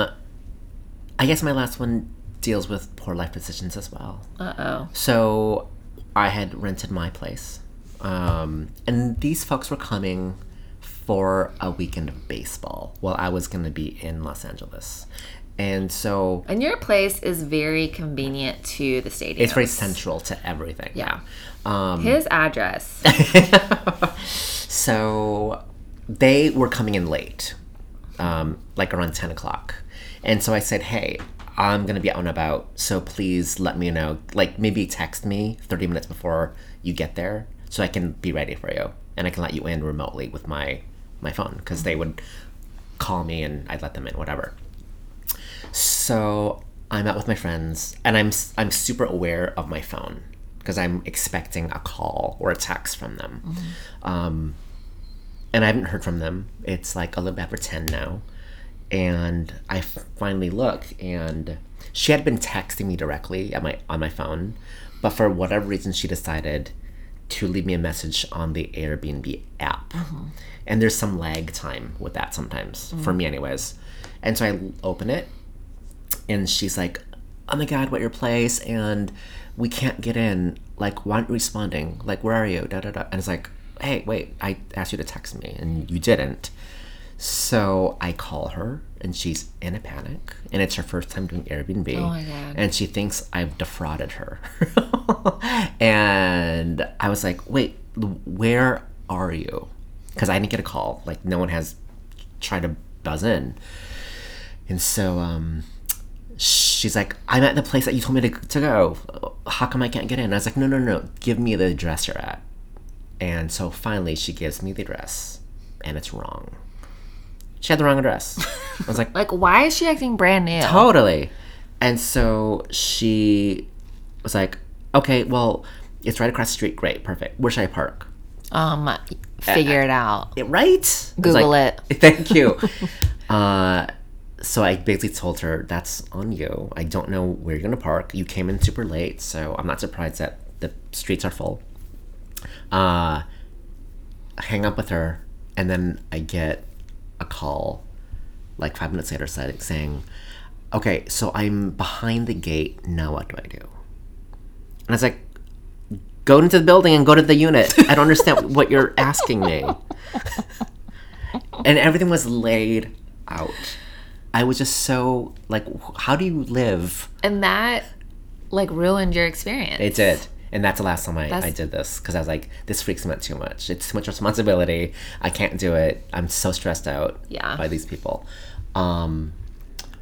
B: I guess my last one deals with poor life decisions as well.
A: Uh oh.
B: So I had rented my place, um, and these folks were coming for a weekend of baseball while I was going to be in Los Angeles, and so
A: And your place is very convenient to the stadium.
B: it's very central to everything.
A: Yeah.
B: Um,
A: His address.
B: so they were coming in late, um, like around 10 o'clock. And so I said, hey, I'm going to be out and about. So please let me know. Like maybe text me 30 minutes before you get there so I can be ready for you and I can let you in remotely with my, my phone because they would call me and I'd let them in, whatever. So I'm out with my friends, and I'm I'm super aware of my phone because I'm expecting a call or a text from them, um, and I haven't heard from them. It's like a little after ten now, and I finally look, and she had been texting me directly at my on my phone, but for whatever reason, she decided to leave me a message on the Airbnb app. And there's some lag time with that sometimes, for me, anyways. And so I open it, and she's like, "Oh my god, what your place?" And we can't get in. Like, why aren't you responding? Like, where are you? Da da da. And it's like, "Hey, wait, I asked you to text me, and you didn't." So I call her, and she's in a panic, and it's her first time doing Airbnb, oh
A: my God.
B: and she thinks I've defrauded her. and I was like, "Wait, where are you?" Because I didn't get a call. Like, no one has tried to buzz in. And so um, she's like, I'm at the place that you told me to, to go. How come I can't get in? I was like, no, no, no. Give me the address you're at. And so finally, she gives me the address, and it's wrong. She had the wrong address. I was like,
A: Like, why is she acting brand new?
B: totally. And so she was like, okay, well, it's right across the street. Great, perfect. Where should I park?
A: Um, figure it out.
B: it right? I was
A: Google
B: it. Thank you. uh, so I basically told her, that's on you. I don't know where you're going to park. You came in super late, so I'm not surprised that the streets are full. Uh, I hang up with her, and then I get a call like five minutes later said- saying, Okay, so I'm behind the gate. Now what do I do? And I was like, Go into the building and go to the unit. I don't understand what you're asking me. and everything was laid out. I was just so like, wh- How do you live?
A: And that like ruined your experience.
B: It did. And that's the last time I, I
A: That's-
B: did this because I was like, this freaks me out too much. It's too much responsibility. I can't do it. I'm so stressed out
A: Yeah.
B: by these people. Um,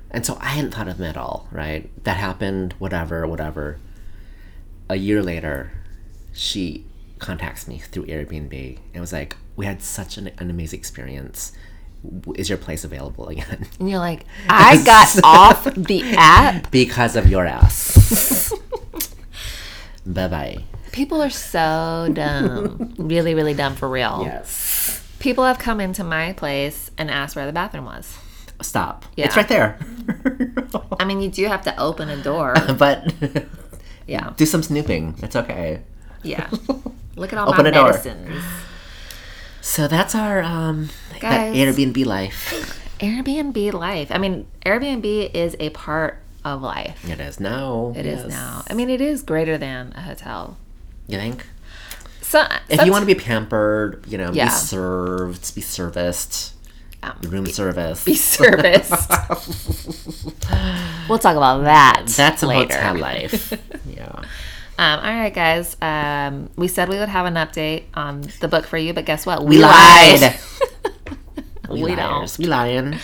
B: and so I hadn't thought of them at all, right? That happened, whatever, whatever. A year later, she contacts me through Airbnb and was like, we had such an, an amazing experience. W- Is your place available again?
A: And you're like, I got off the app.
B: because of your ass. bye bye.
A: People are so dumb. really, really dumb for real.
B: Yes.
A: People have come into my place and asked where the bathroom was.
B: stop.
A: Yeah.
B: It's right there.
A: I mean, you do have to open a door.
B: but
A: Yeah.
B: do some snooping. It's okay.
A: Yeah. Look at all
B: Open
A: my
B: a door.
A: medicines.
B: So that's our um that
A: Guys.
B: Airbnb life.
A: Airbnb life. I mean, Airbnb is a part of life.
B: It is now.
A: It is now. I mean, it is greater than a hotel.
B: You think?
A: So
B: If you want to be pampered, you know,
A: Yeah.
B: be served, be serviced,
A: Um,
B: room service.
A: be serviced, we'll talk about that.
B: that's a
A: later.
B: hotel life. yeah.
A: Um, all right, guys. Um, we said we would have an update on the book for you, but guess what?
B: We lied.
A: We, don't.
B: liars. We lying.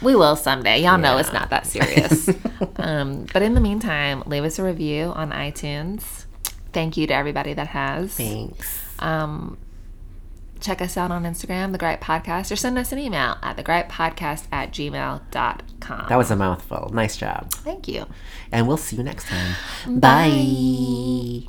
A: We will someday. Y'all know it's not that serious. um, but in the meantime, leave us a review on iTunes. Thank you to everybody that has.
B: Thanks.
A: Um, check us out on Instagram, The Gripe Podcast, or send us an email at thegripepodcast at gmail.com.
B: That was a mouthful. Nice job.
A: Thank you.
B: And we'll see you next time. Bye.